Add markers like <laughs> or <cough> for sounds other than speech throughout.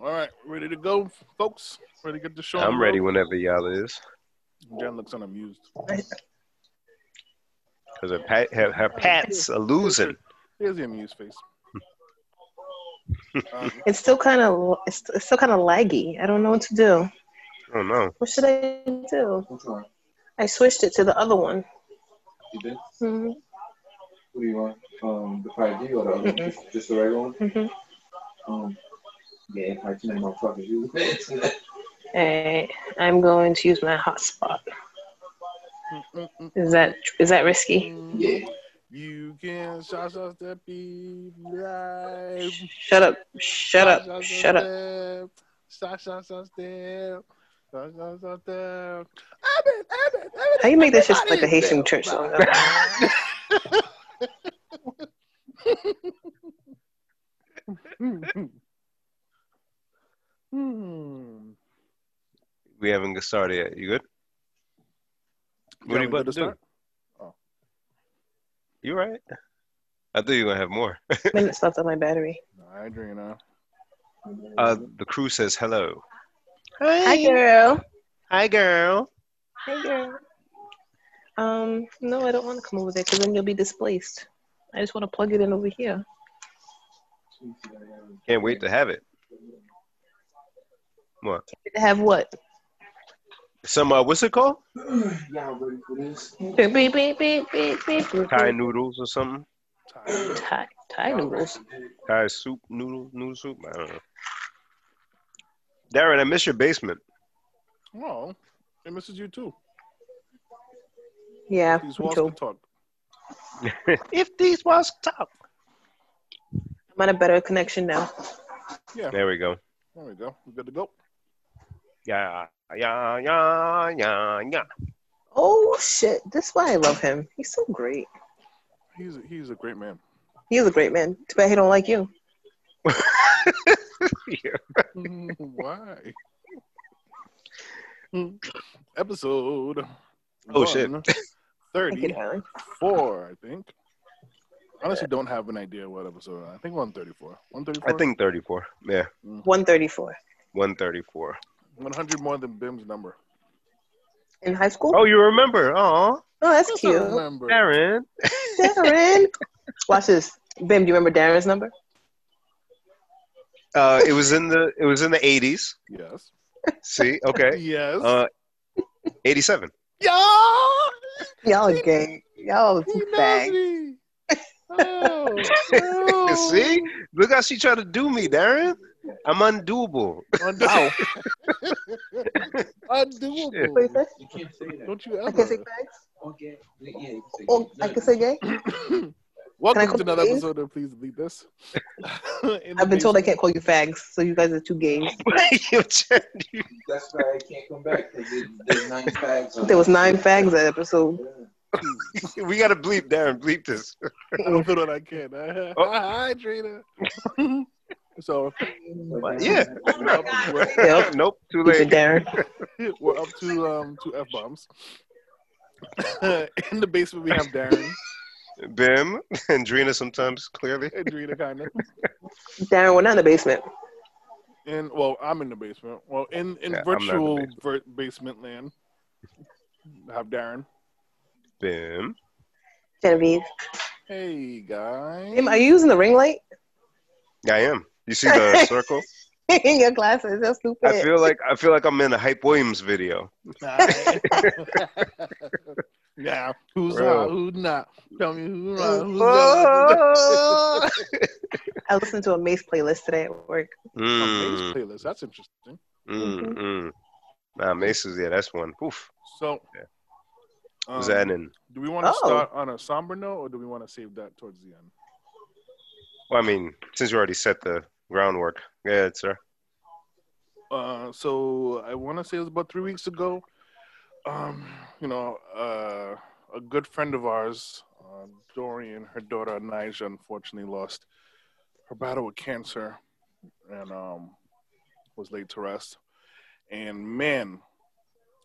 All right, ready to go, folks? Ready to get the show? on I'm the ready road? whenever y'all is. Jen looks unamused. Because her, pat, her, her pats are losing. Here's the amused <laughs> face. um, It's still kind of it's, it's still kind of laggy. I don't know what to do. I don't know. What should I do? Which one? I switched it to the other one. You did? hmm What do you want? Um, the 5G or the other one? Mm-hmm. Just, just the regular one? hmm Um, yeah, I can't motherfuckers use it. Alright, I'm going to use my hotspot. mm, mm, Is that is that risky? mm. <laughs> Yeah. You can shot shot step live. Shut up! Shut up! Shut up! Shot shot shot step. Shot shot shot step. Evan, Evan, Evan. How you make this just like a Haitian church song? Hmm. We haven't got started yet. You good? What are you want me about to do? start? You all right? I thought you were going to have more. Minutes left on my battery. No, I agree now. Uh, the crew says hello. Hi, girl. Hi, girl. Hi, girl. Um, no, I don't want to come over there because then you'll be displaced. I just want to plug it in over here. Can't wait to have it. Have what? Some, uh, what's it called? Y'all ready for this? Beep beep beep beep beep beep. beep. Thai noodles or something? Tired. Thai, Thai noodles. Thai soup, noodle, noodle soup? I don't know. Darren, I miss your basement. Oh, it misses you too. Yeah, These me walls too. can talk. if these walls talk. I'm on a better connection now. Yeah, There we go. there we go. We're good to go. Yeah, yeah, yeah, yeah, <laughs> yeah. Oh shit! This is why I love him. He's so great. He's a, he's a great man. He's a great man. Too bad he don't like you. yeah. Mm, Why? Mm. Episode. Oh, shit. Thank you, Thirty darling. four, I think. Honestly, don't have an idea what episode. I think one thirty four. One thirty I four. think 34. Yeah, One thirty-four one thirty-four. one hundred more than Bim's number. in high school. Oh, you remember? Oh, Oh, that's Yes, I cute. remember. Darren. <laughs> Darren, watch this. Bim, do you remember Darren's number? Uh, it was in the it was in the eighties. Yes. See, <laughs> okay, Yes. uh, eighty-seven. yeah. Y'all are gay. Y'all He knows bag. <laughs> me. Oh, oh. See, look how she tried to do me, Darren. I'm undoable. <laughs> Undo- Wow. What you <laughs> Undoable. say? You can't say that. Don't you I can say ever. bags. Okay. Yeah, you can say Oh, that. I can say gay. Can I Welcome call to another you Dave? episode of Please Delete This. In the I've been told I basement. can't call you fags, so you guys are too gays. That's why I can't come back because there's nine bags. on There was it. nine fags that episode. Yeah. we gotta bleep Darren. Bleep this. I don't feel that I can. <laughs> I, I, I Trina. so <laughs> Oh Yeah. we're up, we're, <laughs> Yep. nope. Too Stupid late. Darren. we're up to um two f bombs. <laughs> In the basement, we have Darren, Bim <laughs> and Drina sometimes clearly. Adrena, kind of, Darren, we're not in the basement. and well, I'm in the basement. Well, in in Yeah, I'm not in the virtual ver- basement land, I have Darren. Bim. Genevieve. Hey guys, Bim, are you using the ring light? I am. You see the circle? <laughs> in your glasses. That's stupid. I feel like I feel like I'm in a Hype Williams video. <laughs> yeah, who's Real. hot, who's not? Tell me who's right, who's not. Oh. I listened to a Mace playlist today at work. Amaze Mm, playlist. That's interesting. Mm-hmm. mm, mm. Nah, Mace's, yeah, that's one. Oof. So, Yeah. um, Was that in? do we want to Oh. start on a somber note, or do we want to save that towards the end? Well, I mean, since you already set the groundwork. Go ahead, sir. Uh, so I want to say it was about three weeks ago. Um, you know, uh, a good friend of ours, uh, Dorian, her daughter Nija, unfortunately lost her battle with cancer and um, was laid to rest. And man,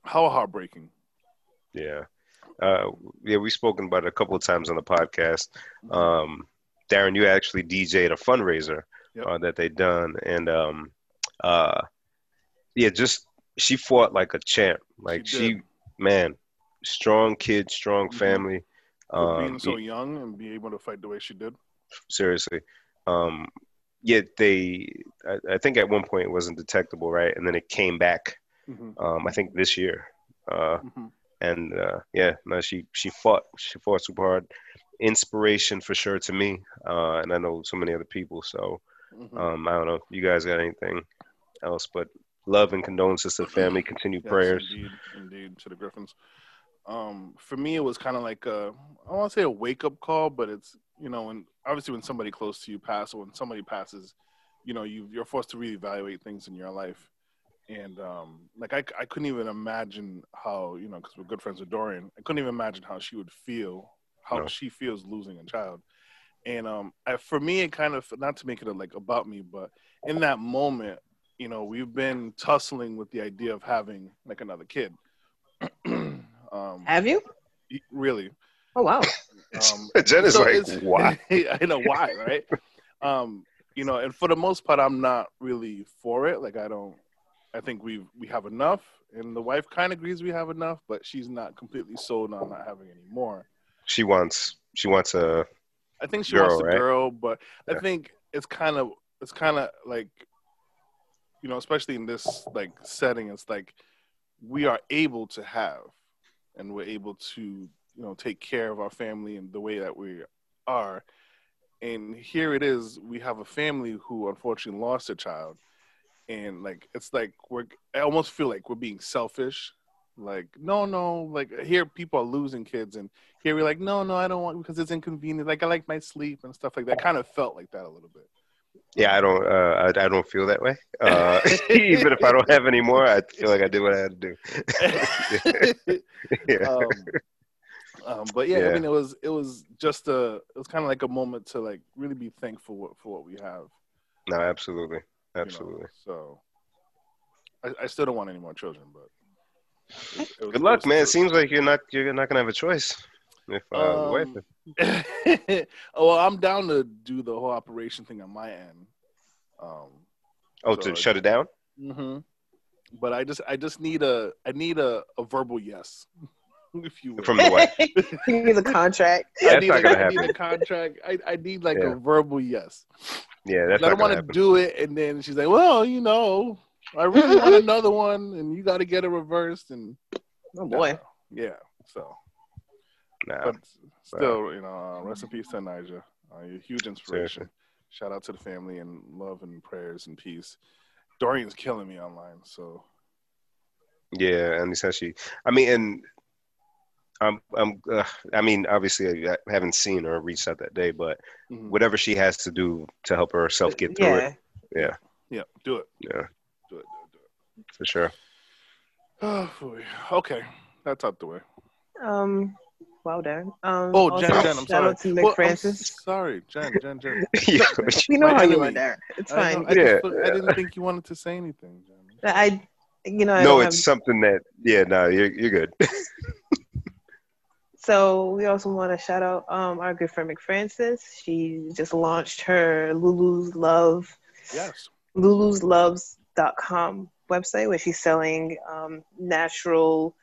how heartbreaking! Yeah. Uh, yeah, we've spoken about it a couple of times on the podcast. Mm-hmm. Um, Darren, you actually DJ'd a fundraiser Yep. uh, that they done, and um, Uh, yeah, just she fought like a champ. Like She she, did. man, strong kid, strong Mhm. family. For Um, being so young and be able to fight the way she did. seriously. Um, yet they, I, I think at one point it wasn't detectable, right? And then it came back. Mhm, Um, I think this year. Uh, mhm. and uh, yeah, no, she she fought. She fought super hard. Inspiration for sure to me, uh, and I know so many other people. So Mhm. um, I don't know. if You guys got anything else? But love and condolences to the family. Continue Yes, prayers. Indeed, indeed, to the Griffins. Um, for me, it was kind of like a, I want to say a wake up call, but it's, you know, when obviously when somebody close to you passes, when somebody passes, you know, you, you're forced to reevaluate things in your life. And um, like, I, I couldn't even imagine how, you know, because we're good friends with Dorian, I couldn't even imagine how she would feel, how No. she feels losing a child. And um, I, for me, it kind of, not to make it uh, like about me, but in that moment, you know, we've been tussling with the idea of having like another kid. <clears throat> um, Have you? really. Oh <laughs> wow. Um, Jen is so like, it's- <laughs> why? I know why, right? um, you know, and for the most part, I'm not really for it. Like, I don't. I think we we have enough, and the wife kind of agrees we have enough, but she's not completely sold on not having any more. She wants. She wants a. I think she Girl, wants a right? girl, but I Yeah. think it's kind of it's kind of like you know, especially in this like setting, it's like we are able to have and we're able to you know take care of our family in the way that we are. And here it is, we have a family who unfortunately lost a child, and like it's like we're I almost feel like we're being selfish. Like no, no, like here people are losing kids, and here we're like, no, no, I don't want because it's inconvenient. Like I like my sleep and stuff like that. Kind of felt like that a little <laughs> bit. <laughs> Yeah, I don't. Uh, I, I don't feel that way. Uh, <laughs> even if I don't have any more, I feel like I did what I had to do. <laughs> yeah. um, um, but yeah, I Yeah. mean, it was it was just a it was kind of like a moment to like really be thankful what- for what we have. No, absolutely, you know, absolutely. So I, I still don't want any more children, but it- it was- Good it luck, was- man. it It seems like you're not you're not gonna have a choice. If uh, the wife, Um, <laughs> oh, well, I'm down to do the whole operation thing on my end. Um, oh, so- to shut it down. hmm But I just I just need a I need a, a verbal yes, <laughs> if you will. From the <laughs> <laughs> wife. you need a contract. I That's need not a- gonna I need happen. a contract. I, I need like Yeah. a verbal yes. Yeah, that's I don't not gonna want to happen. do it, and then she's like, "Well, you know, I really want another one, and you got to get it reversed." And Oh boy. yeah, so Nah. but still, you know, uh, rest in peace to Nigel. Uh, you're a huge inspiration. Shout out to the family and love and prayers and peace. Dorian's killing me online, so Yeah, and essentially, I mean, and I'm, I'm, uh, I mean, obviously, I haven't seen or reached out that day, but mhm. whatever she has to do to help herself get through yeah. it, yeah, Uh, yeah, do it, yeah, do it, do it, do it. <laughs> for sure. <laughs> Oh, boy. okay, that's out the way. Um. Wow, Darren. Um, Oh, also, Jen, Jen, I'm shout sorry. out to Nick Well, I'm Francis. sorry, Jen, Jen, Jen. yeah, We know my how you are, enemy. Darren. <laughs> It's I know, fine. I, just Yeah. feel- I didn't think you wanted to say anything, Jen. I, you know, I no, don't it's something that, yeah, no, you're, you're good. So we also want to shout out um, our good friend McFrancis. She just launched her Lulu's Love, <laughs> Yes. lulusloves.com website where she's selling um, natural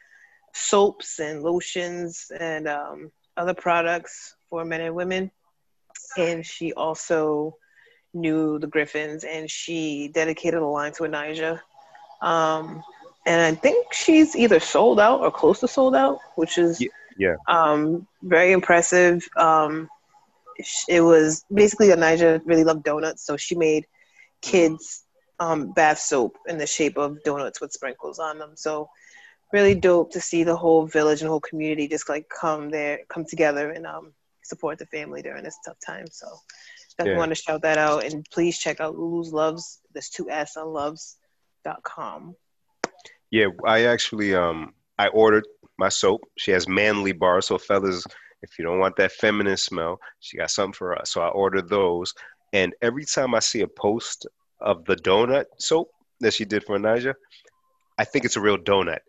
soaps and lotions and um, other products for men and women. And she also knew the Griffins and she dedicated a line to Anija. Um, and I think she's either sold out or close to sold out, which is yeah. um, very impressive. Um, sh- it was basically Anija really loved donuts, so she made kids um, bath soap in the shape of donuts with sprinkles on them. So really dope to see the whole village and whole community just like come there, come together and um, support the family during this tough time. So definitely Yeah. want to shout that out and please check out Lulu's Loves. There's two S on Loves. Dot com. Yeah, I actually um I ordered my soap. She has manly bar, so fellas, if you don't want that feminine smell, she got something for us. So I ordered those. And every time I see a post of the donut soap that she did for Naja, I think it's a real donut.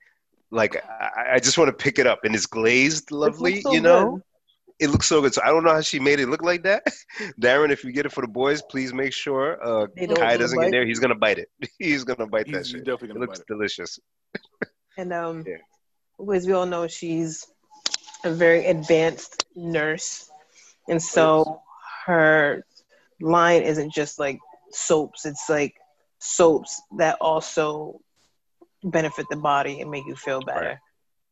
Like I, I just want to pick it up, and it's glazed lovely, It looks so you know. good. It looks so good. So I don't know how she made it look like that. <laughs> Darren, if you get it for the boys, please make sure uh, They don't Kai do doesn't bite. get there. He's gonna bite it. <laughs> He's gonna bite that He's shit. definitely It gonna bite looks it. delicious. And um, Yeah. as we all know, she's a very advanced nurse, and so her line isn't just like soaps; it's like soaps that also benefit the body and make you feel better. Right.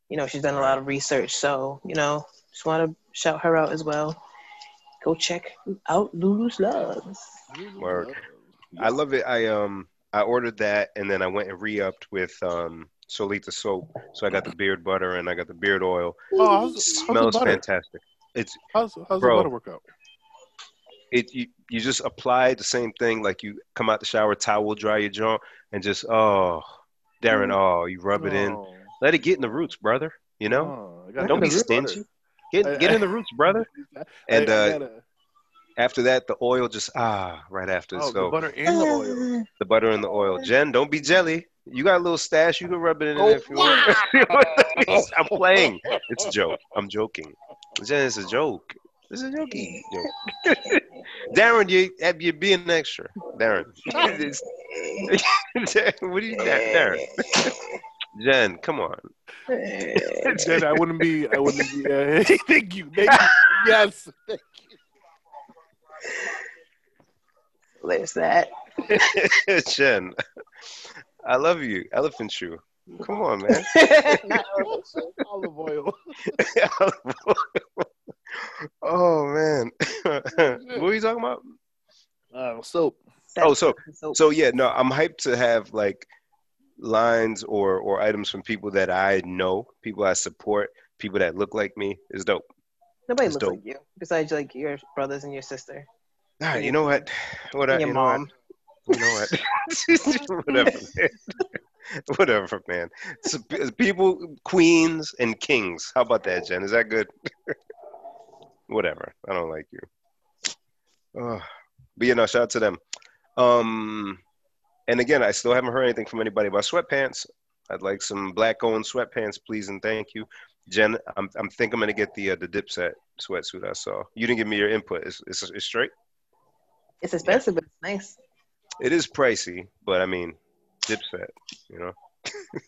You know, she's done a lot of research, so you know, just want to shout her out as well. Go check out Lulu's Loves. Word. I love it. I um I ordered that and then I went and re-upped with um Solita soap. So I got the beard butter and I got the beard oil. Oh, how's, how's Smells the butter? fantastic. It's How's, how's the Bro. butter work out? it you, you just apply the same thing like you come out the shower, towel, dry your jaw, and just oh Darren, oh you rub it in. Oh, Let it get in the roots, brother. You know? oh, I gotta Don't get be the butter. stingy. Get get in the roots, <laughs> brother. I- And I uh gotta- after that the oil just ah right after. oh, the So butter and the <laughs> oil. <laughs> the butter and the oil. Jen, don't be jelly. You got a little stash. You can rub it in there if <laughs> you want. I'm playing. It's a joke. I'm joking. Jen, it's a joke. It's a jokey joke. Darren, you, you're being extra. Darren. <laughs> what are you, Darren? Jen, come on. <laughs> Then I wouldn't be. I wouldn't be. Uh, <laughs> thank you. Thank you. <laughs> Yes. <laughs> There's that. <laughs> Jen, I love you. Elephant shoe. Come on, man. <laughs> Olive oil. oh man, <laughs> what were you talking about? Uh, soap. Oh, so so yeah, no, I'm hyped to have like lines or or items from people that I know, people I support, people that look like me is dope. Nobody It's looks dope. like you besides like your brothers and your sister, All right, you know what? What I, and your you know what? mom. You know <laughs> what? Whatever, man. <laughs> Whatever, man. So, p- people, queens and kings. How about that, Jen? Is that good? <laughs> Whatever. I don't like you. Ugh. But you know, shout out to them. Um, and again, I still haven't heard anything from anybody about sweatpants. I'd like some black-owned sweatpants, please and thank you, Jen. I'm, I'm think I'm gonna get the uh, the Dipset sweatsuit I saw. You didn't give me your input. It's, it's, it's straight. It's expensive, but it's nice. It is pricey, but I mean, Dipset, you know. <laughs>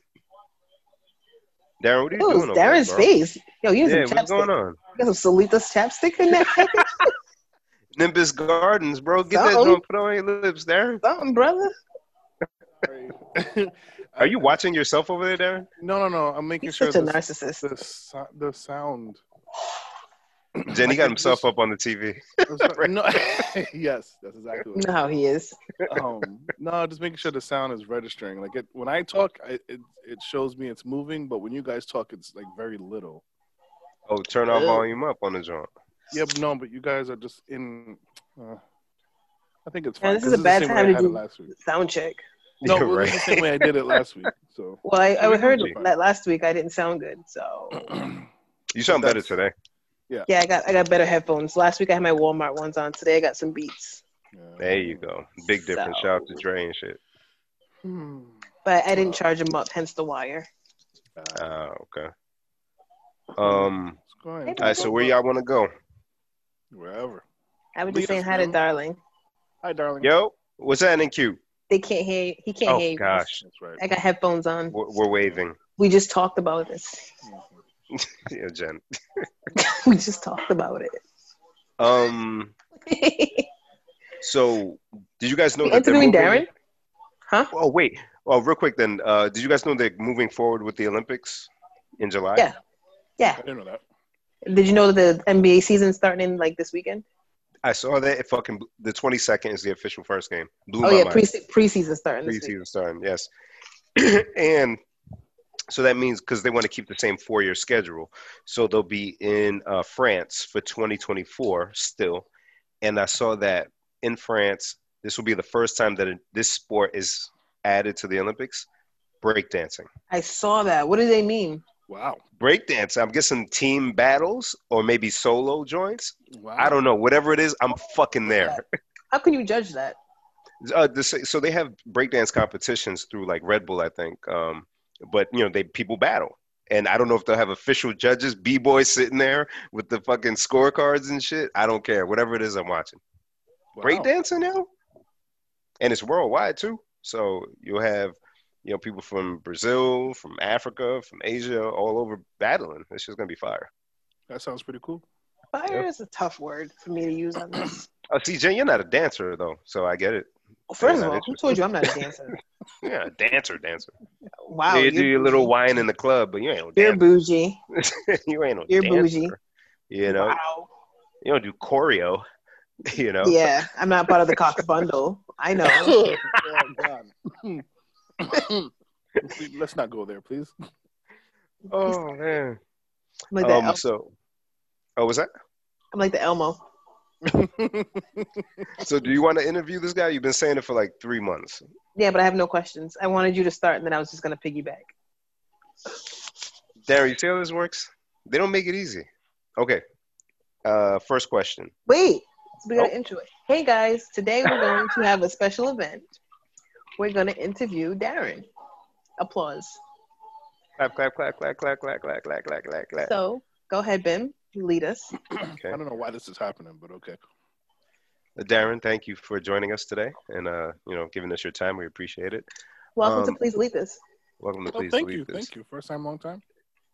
Darren, what are you Ooh, doing? it's over there, Darren's bro? face. Yo, you Yeah, have some what's going chapstick. on? You got some Solita's chapstick in there. <laughs> Nimbus Gardens, bro. Get that Something. joint put on your lips, Darren. Something, brother. Are you watching yourself over there, Darren? No, no, no. I'm making He's sure such a the, narcissist. the, so- the <laughs> sound. Jen, he Like, got it's himself just- up on the TV. No, <laughs> yes, that's exactly You what know how he is. um, no, just making sure the sound is registering. Like it, when I talk, I, it it shows me it's moving, but when you guys talk, it's like very little. Oh, turn our Yeah. volume up on the joint. Yeah, but no, but you guys are just in. Uh, I think it's Yeah, fine. this 'cause is a it's the bad same way time I to had it do- last <laughs> week. Sound check. No, Yeah, it was right. the same way I did it last week. So <clears throat> Well, I, I Maybe heard Gucci. that last week. I didn't sound good, so You sound better That's- today. yeah, I got I got better headphones. Last week I had my Walmart ones on. Today I got some Beats, Yeah. There you go. Big difference. So- Shout out to Dre and shit. Hmm. but I didn't charge them up. Hence the wire. Uh, Ah, okay. Um. it's going. Hey, All right. So where y'all want to go? Wherever. I was Leave just saying us, hi to man. darling. Hi, darling. Yo, what's happening, Q? They can't hear. you- He can't hear. Oh you. gosh, That's right. I got headphones on. we're, we're waving. <laughs> We just talked about this. Mhm. Yeah, Jen. <laughs> we just talked about Um. it. So, did you guys know that they're Interviewing moving- Darren? Huh? Oh wait. Oh, real quick then. Uh, did you guys know they're moving forward with the Olympics in July? Yeah. I Yeah. didn't know that. Did you know that the NBA season's starting in like this weekend? I saw that. It fucking the twenty second is the official first game. Blew Oh my yeah, mind. pre preseason starting this week. preseason starting. Yes. <clears throat> and so that means because they want to keep the same four year schedule, so they'll be in uh, France for 2024 still. And I saw that in France, this will be the first time that it, this sport is added to the Olympics. Breakdancing. I saw that. What do they mean? Wow. Breakdance. I'm guessing team battles or maybe solo joints. Wow. I don't know. Whatever it is, I'm fucking there. How can you judge that? uh, this, so they have breakdance competitions through like Red Bull, I think. Um, but you know, they people battle. And I don't know if they'll have official judges, b boys sitting there with the fucking scorecards and shit. I don't care. Whatever it is, I'm watching. Wow. Breakdancing now, and it's worldwide too. So you'll have you know people from Brazil, from Africa, from Asia, all over battling. This shit's gonna be fire. That sounds pretty cool. Fire Yeah. is a tough word for me to use <clears throat> on this. Oh, see, Jen, you're not a dancer though, so I get it. Well, first Yeah, of all, that's who what- told you I'm not <laughs> a dancer? Yeah, dancer, dancer. Wow, Yeah, you do you're your little bougie. wine in the club, but you ain't no You're dancer. bougie. <laughs> you ain't no You're dancer. bougie. You know, Wow. you don't do choreo. <laughs> You know. Yeah, I'm not part of <laughs> the cock bundle. I know. oh, God. Let's not go there, please. <laughs> Oh man. I'm like, the Um, El- so, oh, was that? I'm like the Elmo. So, do you want to interview this guy? You've been saying it for like three months. Yeah, but I have no questions. I wanted you to start, and then I was just gonna piggyback. Darren, you see how this works? They don't make it easy. Okay. Uh, first question. Wait, we gotta intro it. Hey guys, today we're going to have a special event. We're gonna interview Darren. Applause. Clap, clap, clap, clap, clap, clap, clap, clap, clap, clap, clap. So go ahead, Ben. Lead us. Okay. I don't know why this is happening, but okay. Uh, Darren, thank you for joining us today, and uh, you know, giving us your time. We appreciate it. Welcome Um, to Please Lead Us. Welcome to Oh, Please thank Leave you. This. Thank you. First time, long time.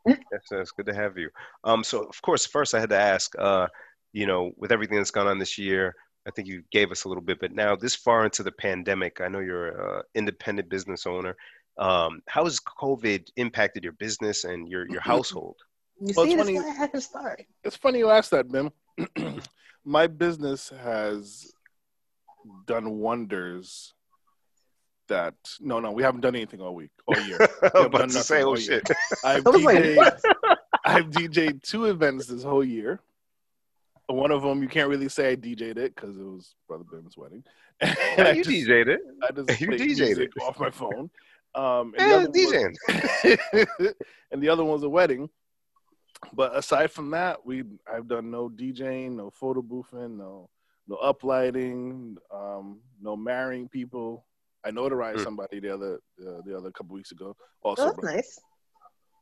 Yes, sir. it's good to have you. Um, so of course, first I had to ask, uh, you know, with everything that's gone on this year, I think you gave us a little bit, but now this far into the pandemic, I know you're an independent business owner. Um, how has COVID impacted your business and your <laughs> your household? You Well, see, it's this funny- guy had to start. It's funny you asked that, Ben. <clears throat> My business has done wonders. That no, no, we haven't done anything all week, all year. I'm done about to say, nothing oh all year. shit. <laughs> <laughs> I've I was like, DJ'd, what? I've DJ'd two events this whole year. One of them you can't really say I DJ'd it because it was Brother Bim's wedding. <laughs> And I you just- DJ'd it. I just <laughs> You played DJ'd music it. off my phone. Um, and, the Yeah, other one DJing. was- <laughs> and the other one was a wedding. But aside from that, we I've done no DJing, no photo boothing, no no uplighting, um, no marrying people. I notarized Hmm. somebody the other uh, the other couple weeks ago. Also, Oh, that's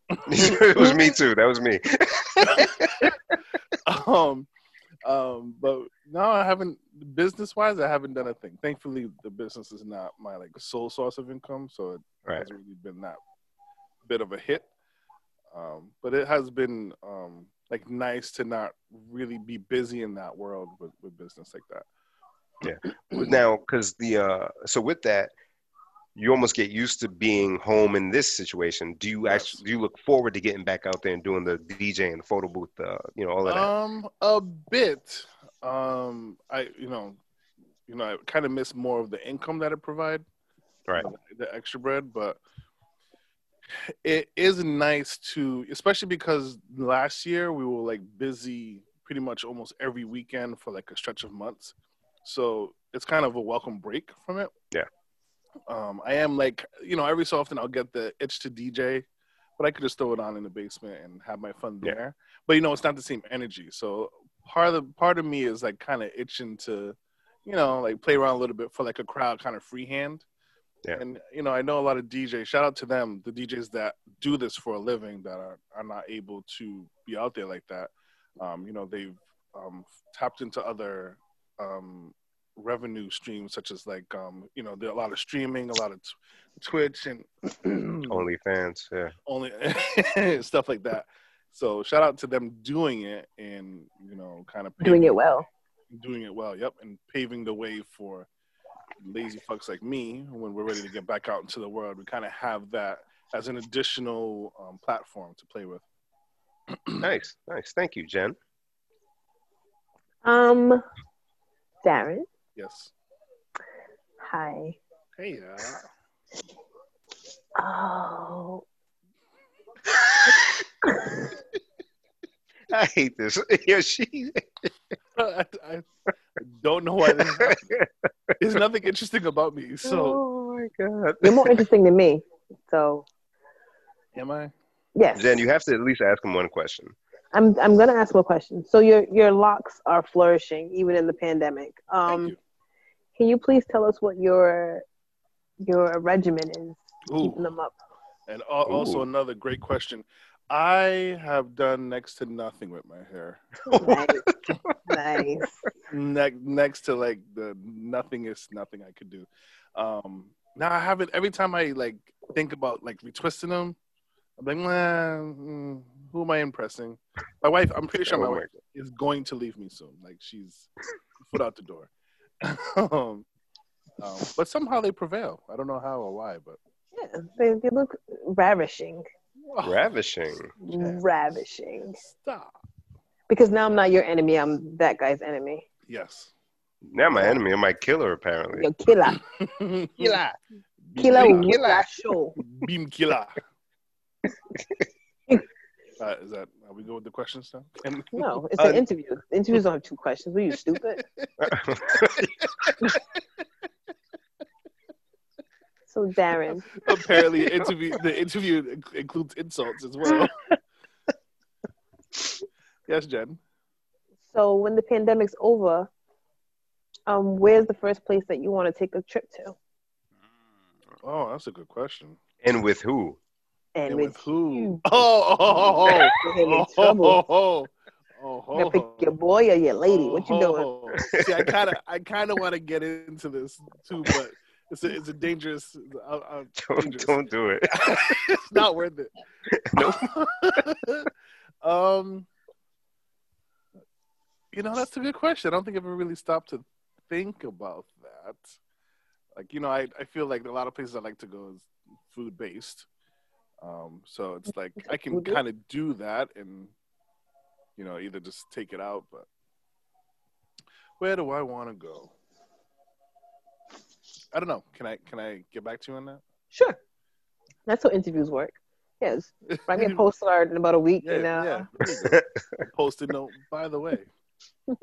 but- nice. it <laughs> was me too. That was me. <laughs> um, um, but no, I haven't business wise. I haven't done a thing. Thankfully, the business is not my like sole source of income, so it Right. hasn't really been that bit of a hit. Um, but it has been um, like nice to not really be busy in that world with, with business like that. now because the uh so with that you almost get used to being home in this situation do you Yes. actually do you look forward to getting back out there and doing the dj and the photo booth uh, you know all of that Um, a bit. Um, I you know, you know, I kind of miss more of the income that it provide, Right. The extra bread, but it is nice to, especially because last year we were like busy pretty much almost every weekend for like a stretch of months, so it's kind of a welcome break from it. Yeah. Um, I am like you know every so often I'll get the itch to DJ, but I could just throw it on in the basement and have my fun Yeah. there but you know it's not the same energy so part of the part of me is like kind of itching to you know like play around a little bit for like a crowd kind of freehand Yeah. and you know i know a lot of djs shout out to them the djs that do this for a living that are, are not able to be out there like that um, you know they've um, tapped into other um, revenue streams such as like um, you know there are a lot of streaming a lot of t- twitch and <clears throat> only fans yeah only <laughs> stuff like that. So shout out to them doing it and you know kind of Doing it well. doing it well. Yep, and paving the way for lazy fucks like me when we're ready to get back out into the world. We kind of have that as an additional um, platform to play with. nice nice thank you jen <laughs> Um, Darren, Yes. hi. Hey. Uh, Oh, i hate this <laughs> yeah she <laughs> I, I don't know why. This, <laughs> there's nothing interesting about me. So oh my god you're more interesting than me. So am I? yes, jen you have to at least ask him one question I'm. I'm gonna ask more questions. So your your locks are flourishing even in the pandemic. Thank Um, you. can you please tell us what your your regimen is Ooh. keeping them up? And al- also Ooh. another great question. I have done next to nothing with my hair. nice. nice. Ne- next to like the nothing is nothing I could do. Um, now I have it every time I like think about like retwisting them. I'm like, man, mm, who am I impressing? My wife, I'm pretty sure my Oh my wife is going to leave me soon. Like she's foot out the door. <laughs> um, um, but somehow they prevail. I don't know how or why, but Yeah, they, they look ravishing. Oh. Ravishing. Ravishing. <laughs> Stop. Because now I'm not your enemy, I'm that guy's enemy. Yes. <laughs> Now my enemy, my killer apparently. Your killer. Killer. Killer Beam with that show. Beam killer. uh, is that? Are we good with the questions now? And- No, it's an Uh, interview. Interviews don't have two questions. Were you stupid? So Darren, apparently, interview the interview inc- includes insults as well. yes, Jen. so when the pandemic's over, um, where's the first place that you want to take a trip to? Oh, that's a good question. and with who? <laughs> And, And with, with who? you. Oh, oh, oh, You're getting in oh, oh, trouble. oh, oh, oh, You gotta pick oh. your boy or your lady. What you doing? Oh, See, I kind of, I kind of want to get into this too, but it's a, it's a dangerous. I, I, Don't, Dangerous. don't do <laughs> it. it's not worth it. <laughs> um, you know, that's a good question. I don't think I've ever really stopped to think about that. Like, you know, I, I feel like a lot of places I like to go is food based. Um, so it's like I can Food-based? kind of do that and, you know, either just take it out, but where do I want to go? I don't know. Can I can I get back to you on that? Sure. That's how interviews work. <laughs> Yes. Write me a post alert in about a week. Yeah, and, uh, yeah. <laughs> there you go. Post-it note. By the way, Uh,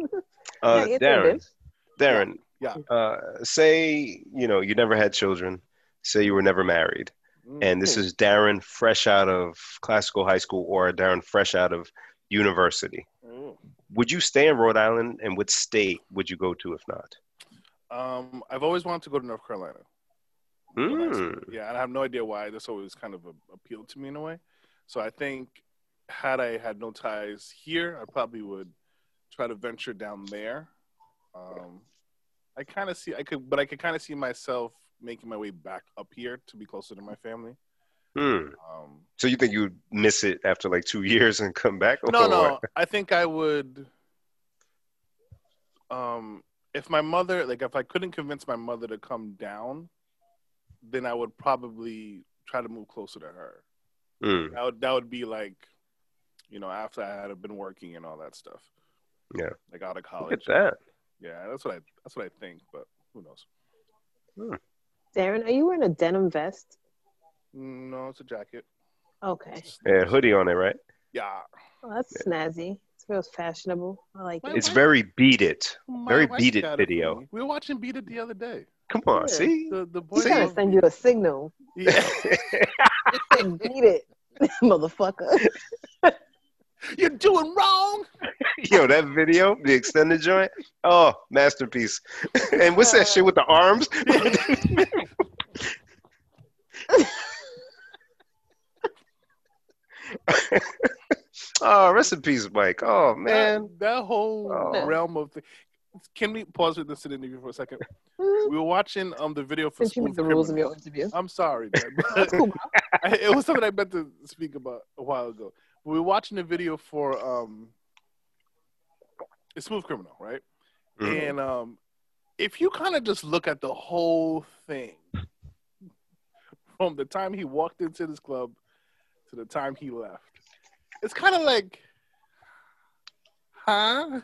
Yeah, you do Darren. this. Darren. Yeah. Uh, say you know you never had children. Say you were never married, Mm. and this is Darren fresh out of classical high school or Darren fresh out of university. Ooh. Would you stay in Rhode Island, and what state would you go to if not? um, I've always wanted to go to North Carolina. Mm. Yeah, and I have no idea why. This always kind of a- appealed to me in a way. So I think had I had no ties here, I probably would try to venture down there. Um, I kind of see I could, but I could kind of see myself making my way back up here to be closer to my family. Mm. Um, So you think you would miss it after like two <laughs> years and come back? no Or no what? i think i would um if my mother like if i couldn't convince my mother to come down then i would probably try to move closer to her Mm. that would that would be like you know after i had been working and all that stuff Yeah. like out of Look at college that. yeah that's what i that's what i think but who knows Darren, are you wearing a denim vest? Mm, no it's a jacket Okay. Yeah, hoodie on it, right? yeah Well, that's snazzy. It's real fashionable. I like My it. It's wife- very beat it. My Very wife beat it got for video. me. we were watching beat it the other day Come on, Yeah. see? the, the boy He's trying to send you a signal. yeah. <laughs> Beat it, <laughs> motherfucker. you're doing wrong <laughs> Yo, that video, the extended joint. Oh, masterpiece. <laughs> and what's that shit with the arms? <laughs> oh, rest in peace, Mike. Oh <laughs> man. that, that whole Oh. realm of things. Can we pause with this in the interview for a second? We were watching um the video for Since you Smooth make the rules of Criminal. your <laughs> interview. <laughs> I'm sorry, man, <laughs> That's but cool. I- it was something I meant to speak about a while ago. We were watching a video for um, a Smooth Criminal, right? Mhm. And um, if you kind of just look at the whole thing, from the time he walked into this club to the time he left, it's kind of like, huh?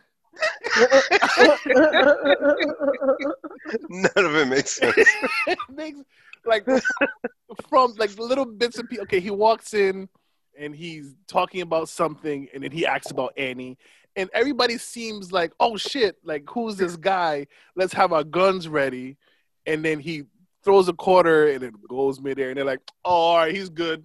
None of it makes sense. It <laughs> makes like from like little bits and pieces. Okay, he walks in and he's talking about something, and then he asks about Annie, and everybody seems like, oh shit, like who's this guy? Let's have our guns ready, and then he throws a quarter and it goes midair, and they're like, oh, all right, he's good.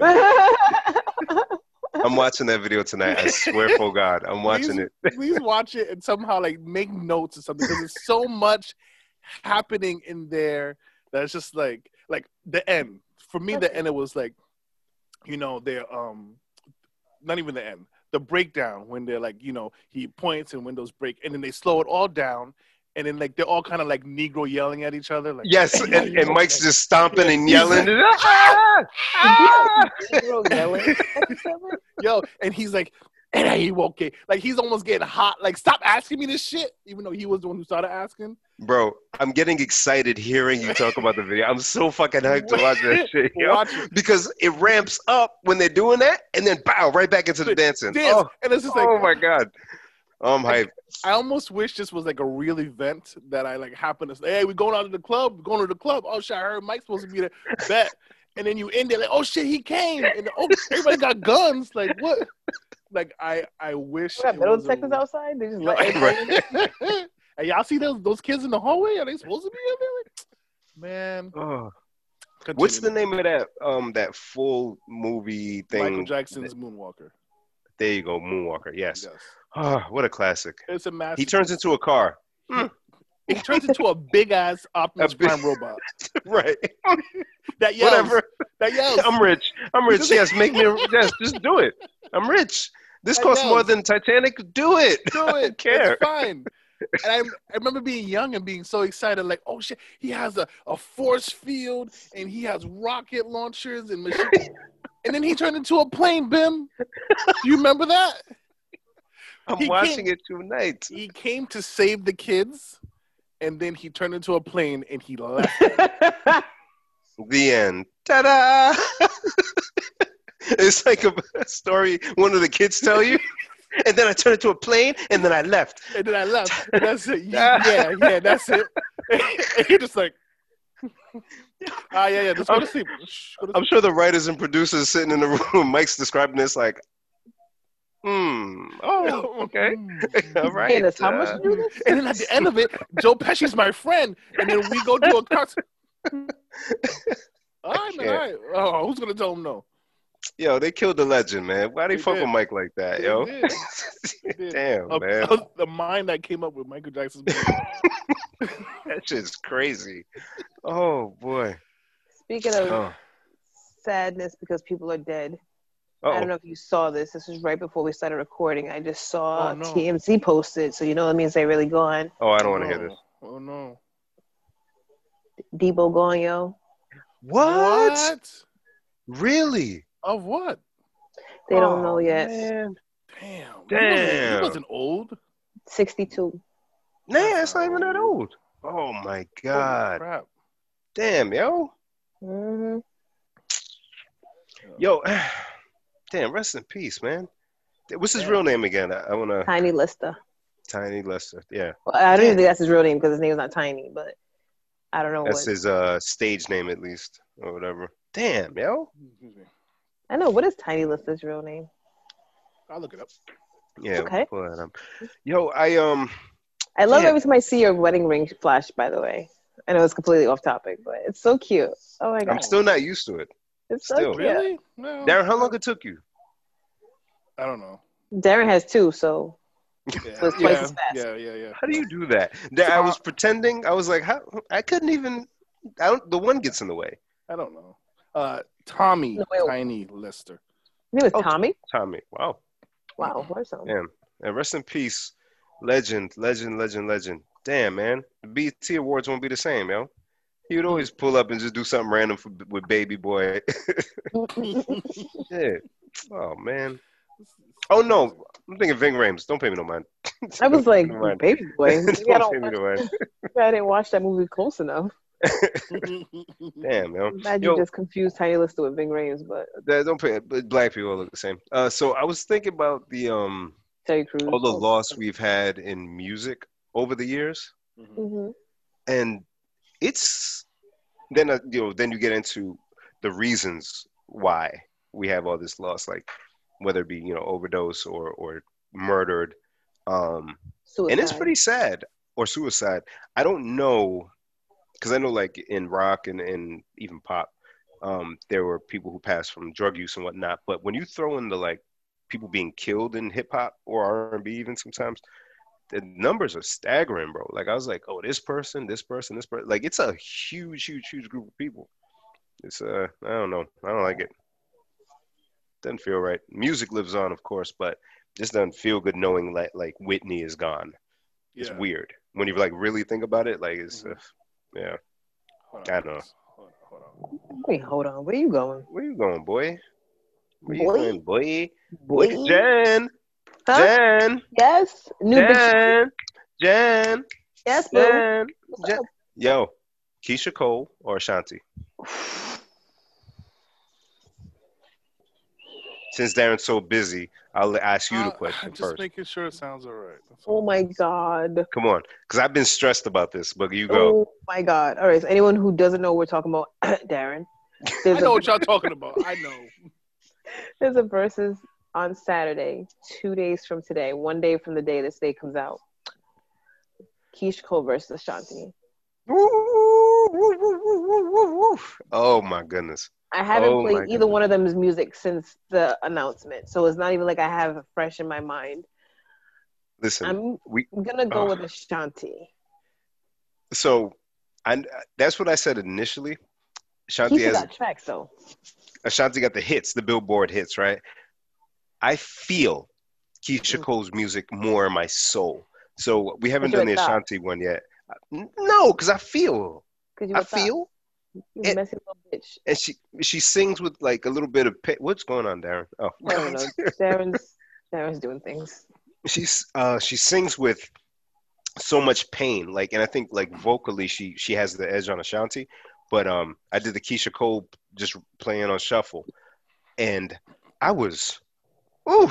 I'm watching that video tonight. I swear for God. I'm watching it. Please watch it and somehow like make notes or something because there's so much happening in there that's just like like the end. For me, the end it was like, you know, they're um not even the end, the breakdown when they're like, you know, he points and windows break, and then they slow it all down, and then like they're all kind of like Negro yelling at each other, like <laughs> Yes, and, and Mike's just stomping and yelling. <laughs> Ah! Ah! Negro yelling at each other? yo, and he's like, it ain't okay. Like he's almost getting hot. Like stop asking me this shit, even though he was the one who started asking. Bro, I'm getting excited hearing you talk about the video. I'm so fucking hyped to watch that shit. yo. Watch it. Because it ramps up when they're doing that, and then bow right back into the dancing. Dance. Oh, and it's just like oh my god, I'm hyped. I almost wish this was like a real event that I like happened to say, hey, we're going out to the club, we're going to the club. Oh shit, I heard Mike's supposed to be there. Bet. And then you end it like, oh shit, he came. And oh everybody got guns. Like what? Like I I wish What, it Middle was a- Texas outside? They just let Right. everybody and y'all see those those kids in the hallway? Are they supposed to be in there? Like, man. Oh. What's the continue. name of that um that full movie thing? Michael Jackson's Moonwalker. There you go, Moonwalker. Yes. Yes. Oh, what a classic. It's a massive. He turns into a car. <laughs> he turns into a big ass Optimus A big- Prime robot right. that yells. <laughs> Whatever. That yells. <laughs> I'm rich. I'm rich. Yes, <laughs> make me. Yes, just do it. I'm rich. This I costs know. more than Titanic. Do it. <laughs> do it. care. It's fine. And I, I remember being young and being so excited, like, oh shit, he has a, a force field and he has rocket launchers and machine. and then he turned into a plane, Bim. Do you remember that? I'm He can't- watching it tonight. He came to save the kids and then he turned into a plane and he left. The end. Ta-da! <laughs> it's like a story one of the kids tell <laughs> you, and then I turned into a plane, and then I left. And then I left. And that's it. Yeah, yeah, that's it. <laughs> and you're just like, <laughs> ah, yeah, yeah, just go to sleep. Shh, go to I'm sure the writers and producers sitting in the room, Mike's describing this like, hmm, oh, <laughs> okay, sleep. Hmm. all right. paying us how much uh, to do this? And then at the end of it, Joe Pesci's my friend, and then we go do a concert. <laughs> All right, man. All right. Oh, who's gonna tell him no? Yo, they killed the legend, man. Why they, They fuck did. with Mike like that, They yo? <laughs> did. did. Damn, Uh, man, the mind that came up with Michael Jackson's. music. that shit's crazy. Oh boy. Speaking of Oh. sadness because people are dead. I don't Uh-oh. know if you saw this. This is right before we started recording. I just saw Oh, no. TMZ posted, so you know it means they're really gone. Oh, I don't want to hear Oh, this. Oh no! Debo gone, yo. What? Really? Of what? They don't know Oh, yet. Man. Damn. He wasn't- Damn. He wasn't old. 62. Nah, it's not even that old. Oh my Holy god. crap. Damn, yo. hmm <laughs> Yo. <sighs> Damn, rest in peace, man. What's his real name again? I, I wanna Tiny Lister. Tiny Lester. Yeah. Well, I don't Yeah. even think that's his real name because his name's not Tiny, but I don't know That's Oh, what. his uh stage name at least or whatever. Damn, yo. Excuse me. I know. What is Tiny Lister's real name? I'll look it up. Yeah, Okay. pull that up. Yo, I um I love Yeah. every time I see your wedding ring flash, by the way. I know it's completely off topic, but it's so cute. Oh my I'm God. still not used to it. It's so still- cute. Really? No. Darren, how long it took you? I don't <laughs> know. Darren has two, so Yeah. So it's twice yeah, as fast. yeah, yeah, yeah. How do you do that? That I was pretending. I was like, how? I couldn't even. I don't, the one gets in the way. I don't know. Uh, Tommy No, wait. Tiny Lister. his name is Oh. Tommy. Tommy. Wow. <laughs> Wow, where's some? Damn. And rest in peace, legend, legend, legend, legend. Damn, man. The BT Awards won't be the same, yo. He would always pull up and just do something random for, with Baby Boy. <laughs> yeah. Oh man. Oh no. I'm thinking Ving Rames. Don't pay me no mind. <laughs> I was like, Never mind. baby <laughs> boy. Maybe I don't pay don't. me Watch, no mind. maybe I didn't watch that movie close enough. Damn, yo. I'm glad Yo. you just confused Tiny Lister with Bing Rames, but That- Don't pay. But black people all look the same. Uh, so I was thinking about the um. Terry Crews. all the loss we've had in music over the years, Mhm. hmm and it's then uh, you know then you get into the reasons why we have all this loss, like whether it be you know overdose or or murdered, um, Suicide. and it's pretty sad or suicide. I don't know because I know like in rock and and even pop, um, there were people who passed from drug use and whatnot. But when you throw in the like people being killed in hip hop or R and B even sometimes, the numbers are staggering, bro. Like I was like, oh, this person, this person, this person. Like it's a huge, huge, huge group of people. It's uh, I don't know, I don't like it. doesn't feel right. Music lives on, of course, but just doesn't feel good knowing like like Whitney is gone. It's Yeah. weird when you like really think about it. Like it's Mhm. uh, yeah. Hold I know. Hold on, hold on. Wait, hold on. Where you going, Where you going, boy? Where you Boy. going, boy? boy? Jen, Huh? Jen, Yes, new bitch. Jen, Jen, Yes, boo. Jen, What's Jen. Yo, Keisha Cole or Ashanti? Since Darren's so busy, I'll ask you Uh, the question I'm just first. making sure it sounds all right. That's Oh all. my god. Come on, because I've been stressed about this, but you go. Oh my god. All right. So anyone who doesn't know, what we're talking about <laughs> <clears throat> Darren. I There's know a, what y'all talking about. I know. <laughs> there's a versus on Saturday, two days from today, one day from the day this day comes out. Keish Cole versus Ashanti. Woo, woo, woo, woo, woo, woo, woo. Oh my goodness. I haven't Oh, my played either one of them's music since the announcement, so it's not even like I have it fresh in my mind. Listen, I'm we- gonna go uh. with Ashanti. so I that's what I said initially. Ashanti Keisha has got tracks though. Ashanti got the hits, the Billboard hits, right? I feel Keisha Mm. Cole's music more in my soul. So we haven't But you done the a thought. Ashanti one yet. No, because I feel, Cause you I a thought. feel, You it- messy little bitch. and she she sings with like a little bit of pa- what's going on, Darren? Oh, I don't know. <laughs> Darren's Darren's doing things. she's uh she sings with so much pain like and i think like vocally she she has the edge on ashanti but um i did the keisha cole just playing on shuffle and i was ooh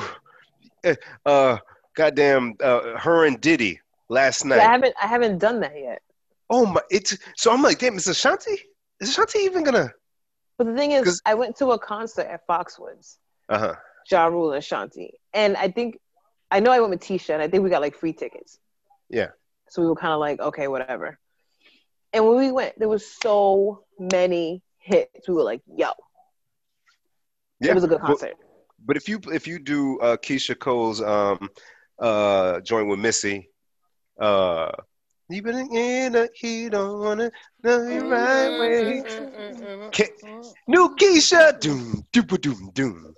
eh, uh goddamn uh her and diddy last Yeah, I night haven't I haven't done that yet. oh my it's so i'm like damn is ashanti is ashanti even gonna But the thing 'Cause- is, I went to a concert at Foxwoods, uh-huh Ja Rule and Ashanti, and I think I know I went with Tisha, and I think we got like free tickets. Yeah. So we were kind of like, okay, whatever. And when we went, there was so many hits. We were like, yo, Yeah, it was a good but- concert. But if you if you do uh, Keisha Cole's um, uh, joint with Missy, uh, you been in a, he don't wanna know you right way. Ke- New Keisha, doom doopa doom doom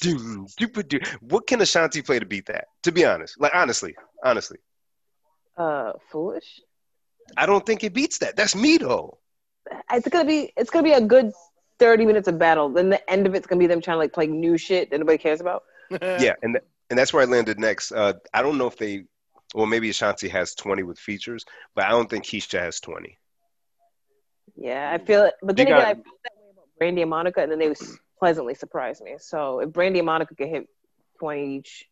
doom doopa doom. What can Ashanti play to beat that? To be honest, like honestly, honestly, uh, foolish. I don't think it beats that. That's me though. It's gonna be it's gonna be a good thirty minutes of battle. Then the end of it's gonna be them trying to like play new shit that nobody cares about. Yeah, and th- and that's where I landed next. Uh, I don't know if they, well maybe Ashanti has twenty with features, but I don't think Keisha has twenty. Yeah, I feel it. But They then again, got- I felt that way about Brandy and Monica, and then they was pleasantly surprised me. So if Brandy and Monica could hit 20 each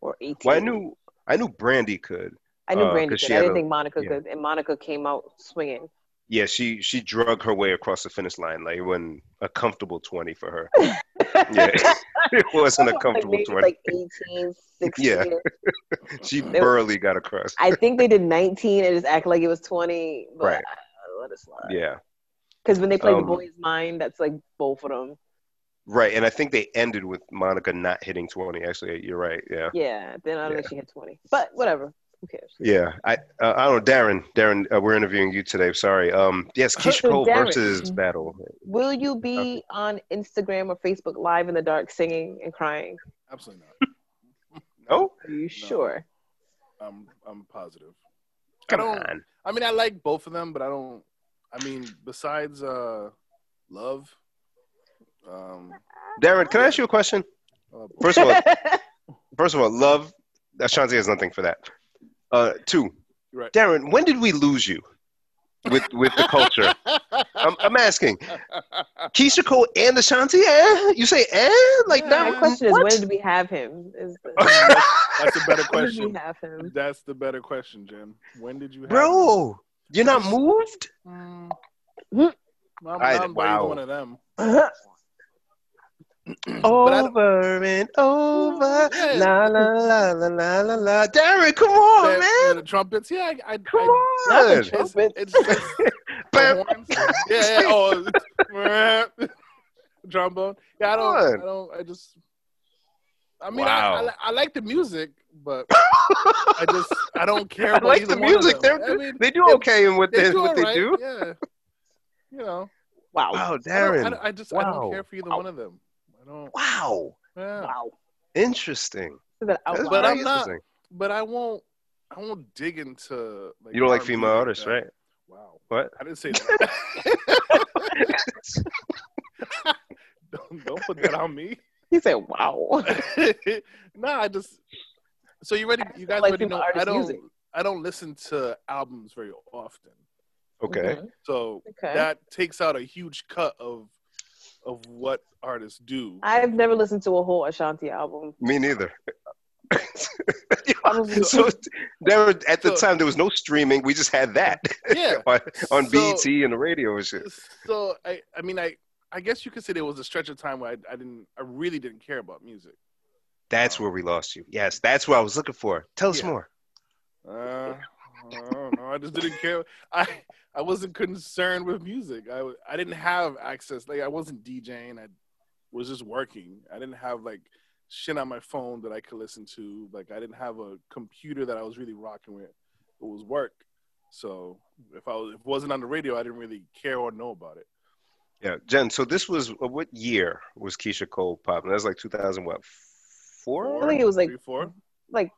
or 18. Well, I knew I knew Brandy could. I knew uh, Brandy 'cause could. she I had didn't a- think Monica yeah. could. And Monica came out swinging. Yeah, she she drug her way across the finish line. Like it wasn't a comfortable twenty for her. <laughs> Yeah, <laughs> it wasn't a comfortable like, maybe twenty. like 18, 16. Yeah. she they- barely got across. I think they did 19 and just act like it was 20. But Right. I, let it slide. Yeah, Because when they played The Um, Boy's Mind, that's like both of them. right. And I think they ended with Monica not hitting twenty. Actually, you're right. Yeah, Yeah. Then I don't Yeah. think she hit 20. But whatever. Who cares? yeah. I uh, I don't. know. Darren, Darren, uh, we're interviewing you today. Sorry. Um, yes, Keisha So Cole Oh, Darren- versus Battle. Will you be Okay. on Instagram or Facebook live in the dark singing and crying? Absolutely not. No, Are you sure? I'm I'm positive. I come don't. on. I mean, I like both of them, but I don't. I mean, besides uh, love. Um, Darren, can I ask you a question? uh, <laughs> First of all, <laughs> First of all, love Ashanti has nothing for that. Uh, two, You're right. Darren, when did we lose you with with the <laughs> culture? I'm, I'm asking. Keisha Cole and Ashanti, eh? You say eh? Like Yeah, My that? um, question is, what? <laughs> when did we have him? Is That's a better <laughs> when did we question. have <laughs> him? That's the better question, Jen. When did you, have Bro, you're not moved. Mm. Hmm. I'm, I- I'm wow. wow. one of them. But I don't- Over and over, Yeah. la la la la la la la. Darren, come on, That- Oh, man, The trumpets, yeah. I, I, come I, on. Nothing. It's, Trumpets. it's just <laughs> Bam. the horns. Yeah, yeah. Oh, it's- <laughs> trombone. Yeah, I don't. Come on. I don't. I just. I mean, Wow. I, I, li- I like the music, <laughs> but I just I don't care. I About like either the one of music. them. They're- I mean, They do okay in what they <laughs> they, do what they alright, do. Yeah, you know. Wow, Wow. I don't- I Darren. don't- I, just I Wow. don't care for either Wow. one of them. I No. Wow. Yeah. Wow. Interesting. This is an That's outlier. But I'm very not- interesting. But I won't. I won't dig into. Like, You don't like R&B female artists, that. right? Wow. What? I didn't say that. <laughs> don't, don't put that on me. <laughs> He said, "Wow." nah, I just. So you ready? You <laughs> guys like already female know. I artist don't. music. I don't listen to albums very often, Okay. Mhm. so Okay. that takes out a huge cut of of what artists do. I've never listened to a whole <laughs> Ashanti album. Me neither. Probably- so <laughs> there were, at the So- time there was no streaming. We just had that <laughs> yeah. on, on So- BT and the radio and shit. So I. I mean I. I guess you could say there was a stretch of time where I, I didn't. I really didn't care about music. That's where we lost you. Yes, that's what I was looking for. Tell us Yeah. more. Uh, I don't know. I just didn't care. I I wasn't concerned with music. I w- I didn't have access. Like I wasn't DJing. I was just working. I didn't have like shit on my phone that I could listen to. Like I didn't have a computer that I was really rocking with. It was work. So if I was, if it wasn't on the radio, I didn't really care or know about it. Yeah, Jen. So this was uh, what year was Keisha Cole popping? That was like 2000 what? Four? I think it was like- Three, four. like,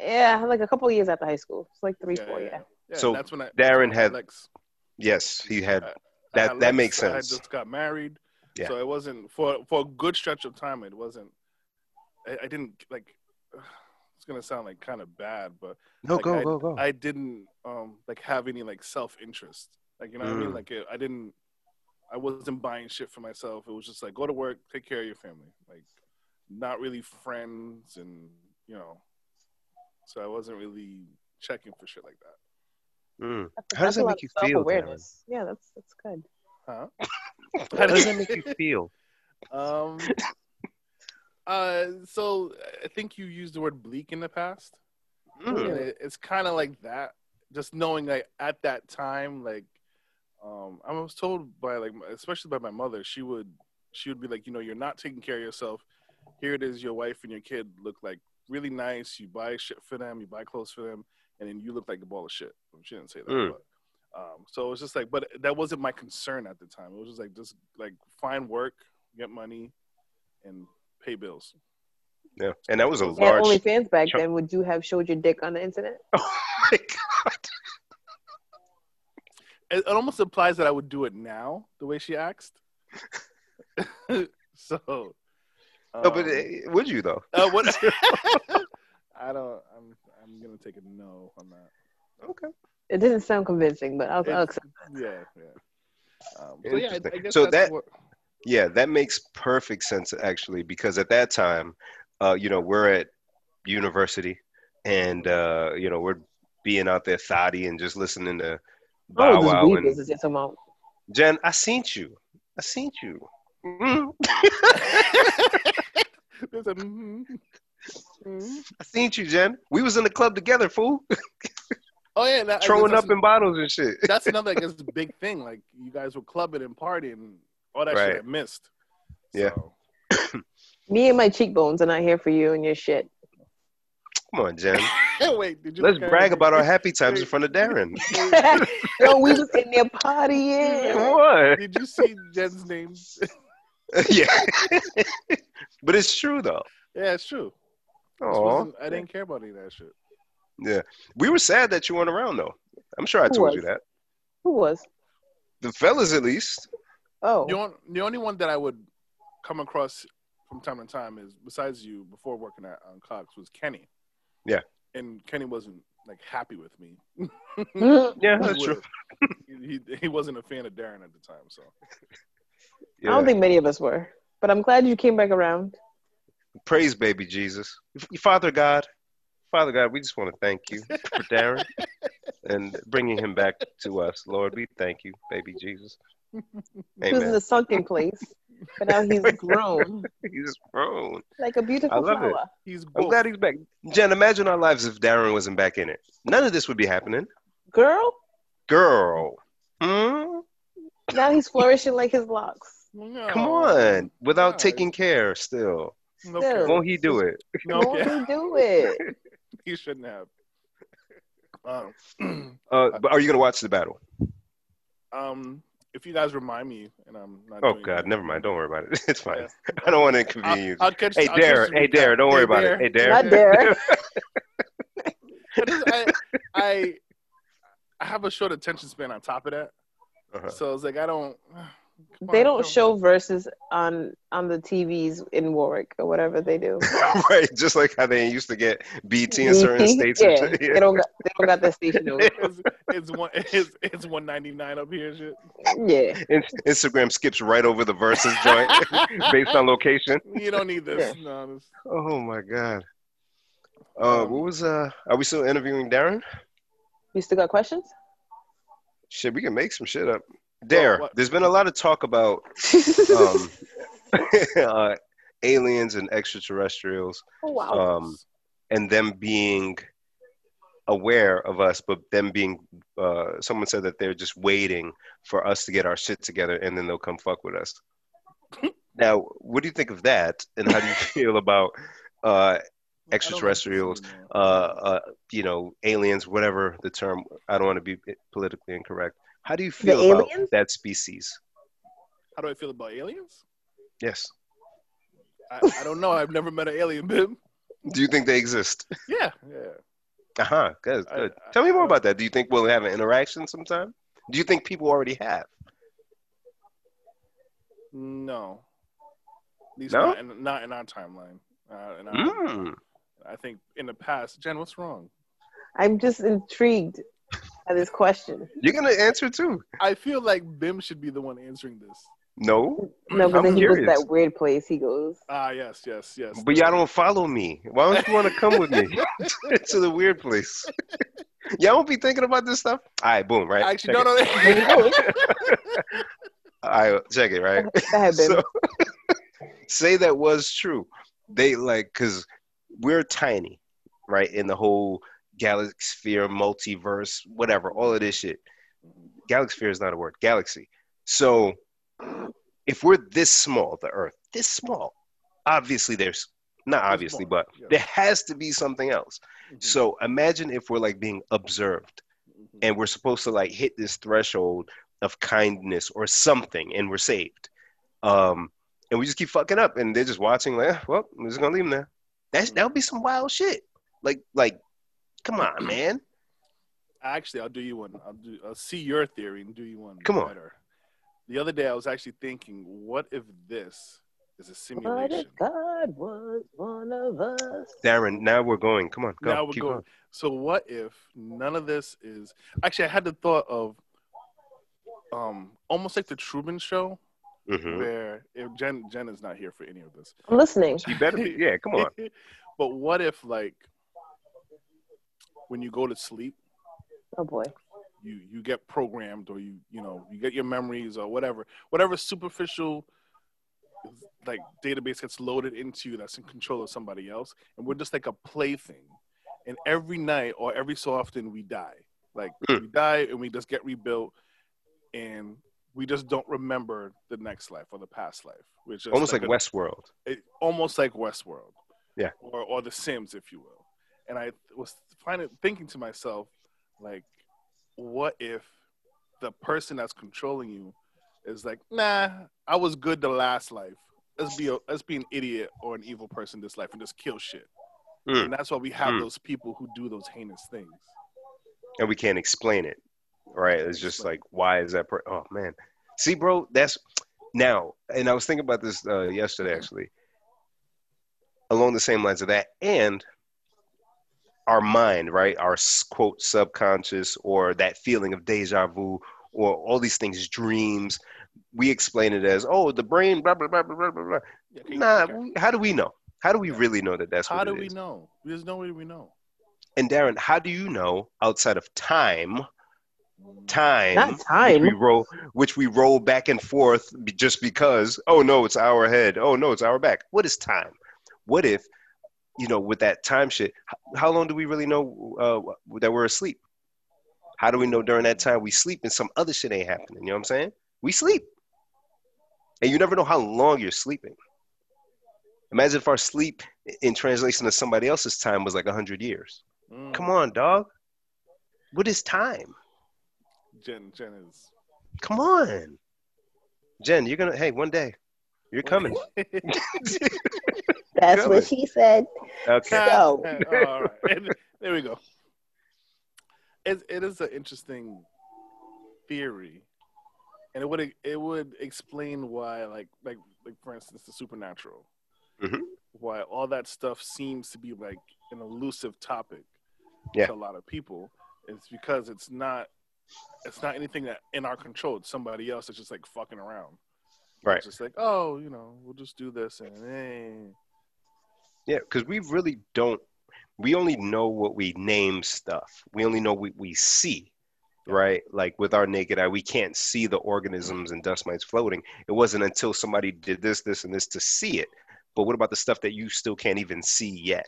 yeah, like a couple of years after high school. It's like three, four, yeah. Yeah, So and that's when I, Darren I had- Lex. Yes, he had. Uh, I That had that Lex, makes I had sense. just got married, Yeah. so it wasn't for for a good stretch of time. It wasn't. I, I didn't like. <sighs> It's gonna sound like kind of bad, but No, like, go go go. I didn't um like have any like self interest. Like you know what I mean? Mm. Like it, I didn't. I wasn't buying shit for myself. It was just like go to work, take care of your family. Like not really friends, and you know. So I wasn't really checking for shit like that. <laughs> Mm. That's- How does that's a that lot make you of feel, self-awareness. Yeah, that's that's good. Huh? How does that make <laughs> you feel? Um, uh, so I think you used the word bleak in the past. Mm. And it- it's kind of like that. Just knowing like at that time, like um, I was told by like my- especially by my mother, she would she would be like, you know, you're not taking care of yourself. Here it is, your wife and your kid look like really nice. You buy shit for them, you buy clothes for them, and then you look like a ball of shit. She didn't say that, Mm. but um, so it was just like, but that wasn't my concern at the time. It was just like just like find work, get money, and pay bills. Yeah, and that was a Yeah, And <laughs> large. OnlyFans back Sure. then, would you have showed your dick on the internet? Oh my god! it, it almost implies that I would do it now, the way she asked. <laughs> so, No, but um, uh, would you though? uh, what? <laughs> <laughs> I don't. I'm. I'm gonna take a no on that. Okay. It didn't sound convincing, but I'll, I'll It's- accept. yeah, yeah. Um, so yeah, I, I Interesting. guess So that's that- <laughs> what- Yeah, that makes perfect sense actually, because at that time, uh, you know, we're at university, and uh, you know, we're being out there thotty and just listening to Bow Oh, Wow this weed and business you're talking about. Jen. I seen you. I seen you. Mm, there's a mm, mm. I seen you, Jen. We was in the club together, <laughs> fool, Oh yeah, that, I guess throwing that's, up in bottles and shit. <laughs> that's another I guess big thing. Like you guys were clubbing and partying, all that Right. shit I missed. Yeah. So, <laughs> Me and my cheekbones are not here for you and your shit. <laughs> Come on, Jen. wait, did you? Let's look at- brag about our happy times in front of <laughs> Darren. Yo, we was in <laughs> there partying. <laughs> What? Did you see Jen's name? <laughs> <laughs> yeah. <laughs> but it's true though. Yeah, it's true. This Oh, wasn't- I didn't care about any of that shit. yeah. We were sad that you weren't around though. I'm sure I Who told was? you that. Who was? The fellas, at least. Oh, The, on, the only one that I would come across from time to time is besides you before working at on Cox was Kenny. Yeah. And Kenny wasn't like happy with me. Mm. <laughs> Yeah, He <laughs> that's true. was- he, he, he wasn't a fan of Darren at the time, so I Yeah. don't think many of us were, but I'm glad you came back around. Praise baby Jesus. Father God. Father God, we just want to thank you for Darren <laughs> and bringing him back to us. Lord, we thank you, baby <laughs> Jesus. He was in Amen. the sunken place, but now he's grown He's grown. like a beautiful I love it. flower. he's I'm woke. glad he's back. Jen, imagine our lives if Darren wasn't back in it. None of this would be happening. Girl, Girl. Hmm? now he's flourishing like his locks. No, Come on. Without God. taking care still. Okay. Won't he do it? No, Won't okay. he <laughs> do it? <laughs> he shouldn't have. <clears throat> Um, Uh, but are you going to watch the battle? <clears throat> um, if you guys remind me, and I'm not. Oh doing God, that. never mind. <laughs> Don't worry about it. It's fine. Yeah. I don't want to I'll, inconvenience. you. I'll catch. hey I'll Dare, catch the hey recap. Dare, don't worry about Dare. it. Hey Dare. Not <laughs> there. I just- I, I I have a short attention span on top of that, Uh-huh. so it's like I don't. <sighs> come They on, don't come- show verses on on the TVs in Warwick or whatever they do. <laughs> right, just like how they used to get BT in certain states. and yeah, shit. <laughs> they don't got they don't got that station. over. It's, it's one. It's, it's one ninety nine up here. and Shit. yeah, In- Instagram skips right over the versus joint <laughs> <laughs> based on location. You don't need this. No, this Oh my God. Uh, what was uh? Are we still interviewing Darren? you still got questions? Shit, we can make some shit up. Dare. what- There's been a lot of talk about um, <laughs> uh, aliens and extraterrestrials. <laughs> oh, wow. Um, and them being aware of us, but them being, uh, someone said that they're just waiting for us to get our shit together and then they'll come fuck with us. now, what do you think of that? And how do you <laughs> feel about, uh, I don't think extraterrestrials, this is- uh, uh, you know, aliens, whatever the term, I don't want to be politically incorrect. How do you feel about aliens? that species? How do I feel about aliens? Yes. I, I don't know. I've never met an alien, Bim. Do you think they exist? <laughs> Yeah, yeah. Uh huh. Good. I- good. I- Tell me more I- about that. Do you think we'll have an interaction sometime? Do you think people already have? No. At least No? not in, not in our timeline. Uh, in our, Mm. I think in the past, Jen, what's wrong? I'm just intrigued by this question. You're gonna answer too. I feel like Bim should be the one answering this. No, No, I'm because then he goes to curious. that weird place. He goes. Ah, yes, yes, yes. but y'all don't follow me. Why don't you want to come with me <laughs> to the weird place? <laughs> y'all won't be thinking about this stuff. All right, boom. Right. Actually, check no, no. <laughs> no. It. All right, check it. Right. That had <laughs> been So, <laughs> say that was true. They like because we're tiny, right? In the whole galaxy sphere, multiverse, whatever, all of this shit. Galaxy sphere is not a word. Galaxy. So if we're this small, the Earth, this small, obviously there's not obviously, more, but <laughs> yeah. there has to be something else. <laughs> So imagine if we're like being observed and we're supposed to like hit this threshold of kindness or something and we're saved um and we just keep fucking up and they're just watching like "Ah, well we're just gonna leave them there that's that would be some wild shit like like come <clears throat> on man actually, I'll do you one. I'll do. I'll see your theory and do you one. Come on. Better. The other day, I was actually thinking, what if this is a What if simulation? God was one of us? darren now we're going come on go now we're keep going. going So what if none of this is actually? I had the thought of um almost like the Truman Show, Mhm. where if Jen Jen is not here for any of this. I'm listening. you better be yeah come on <laughs> but what if like when you go to sleep, Oh boy. you you get programmed or you you know you get your memories or whatever whatever superficial like database gets loaded into you that's in control of somebody else and we're just like a plaything and every night or every so often we die like Mm. we die and we just get rebuilt and we just don't remember the next life or the past life which is almost like a- westworld it, almost like Westworld. Yeah. Or or The Sims, if you will. And I was finding thinking to myself, like, what if the person that's controlling you is like, nah, I was good the last life. Let's be a, let's be an idiot or an evil person this life and just kill shit. Mm. And that's why we have Mm. those people who do those heinous things. and we can't explain it right it's just like why is that per- oh man see bro that's now and i was thinking about this uh, yesterday actually along the same lines of that and our mind right our s- quote subconscious or that feeling of deja vu or all these things dreams we explain it as oh the brain blah blah blah blah blah blah blah Yeah, okay, nah okay. we- how do we know how do we Yeah. really know that that's How what do it we is? know? There's no way we know. and darren how do you know outside of time time Not which we time. roll which we roll back and forth be- just because oh no it's our head oh no it's our back what is time what if you know with that time shit h- how long do we really know uh, w- that we're asleep how do we know during that time we sleep and some other shit ain't happening you know what i'm saying we sleep and you never know how long you're sleeping imagine if our sleep i- in translation to somebody else's time was like 100 years Mm. come on dog what is time Jen Jen is come on Jen, you're gonna. Hey, one day, you're <laughs> coming. That's Good. what she said. <laughs> okay. So- <laughs> All right. There we go. It, it is an interesting theory, and it would it would explain why, like like like for instance, the supernatural, Mhm. why all that stuff seems to be like an elusive topic Yeah. to a lot of people. It's because it's not it's not anything that in our control. It's somebody else that's just like fucking around. Right. It's just like, oh, you know, we'll just do this and eh. Yeah, because we really don't. We only know what we name stuff. We only know what we see, right? Like with our naked eye, we can't see the organisms and dust mites floating. It wasn't until somebody did this, this, and this to see it. But what about the stuff that you still can't even see yet,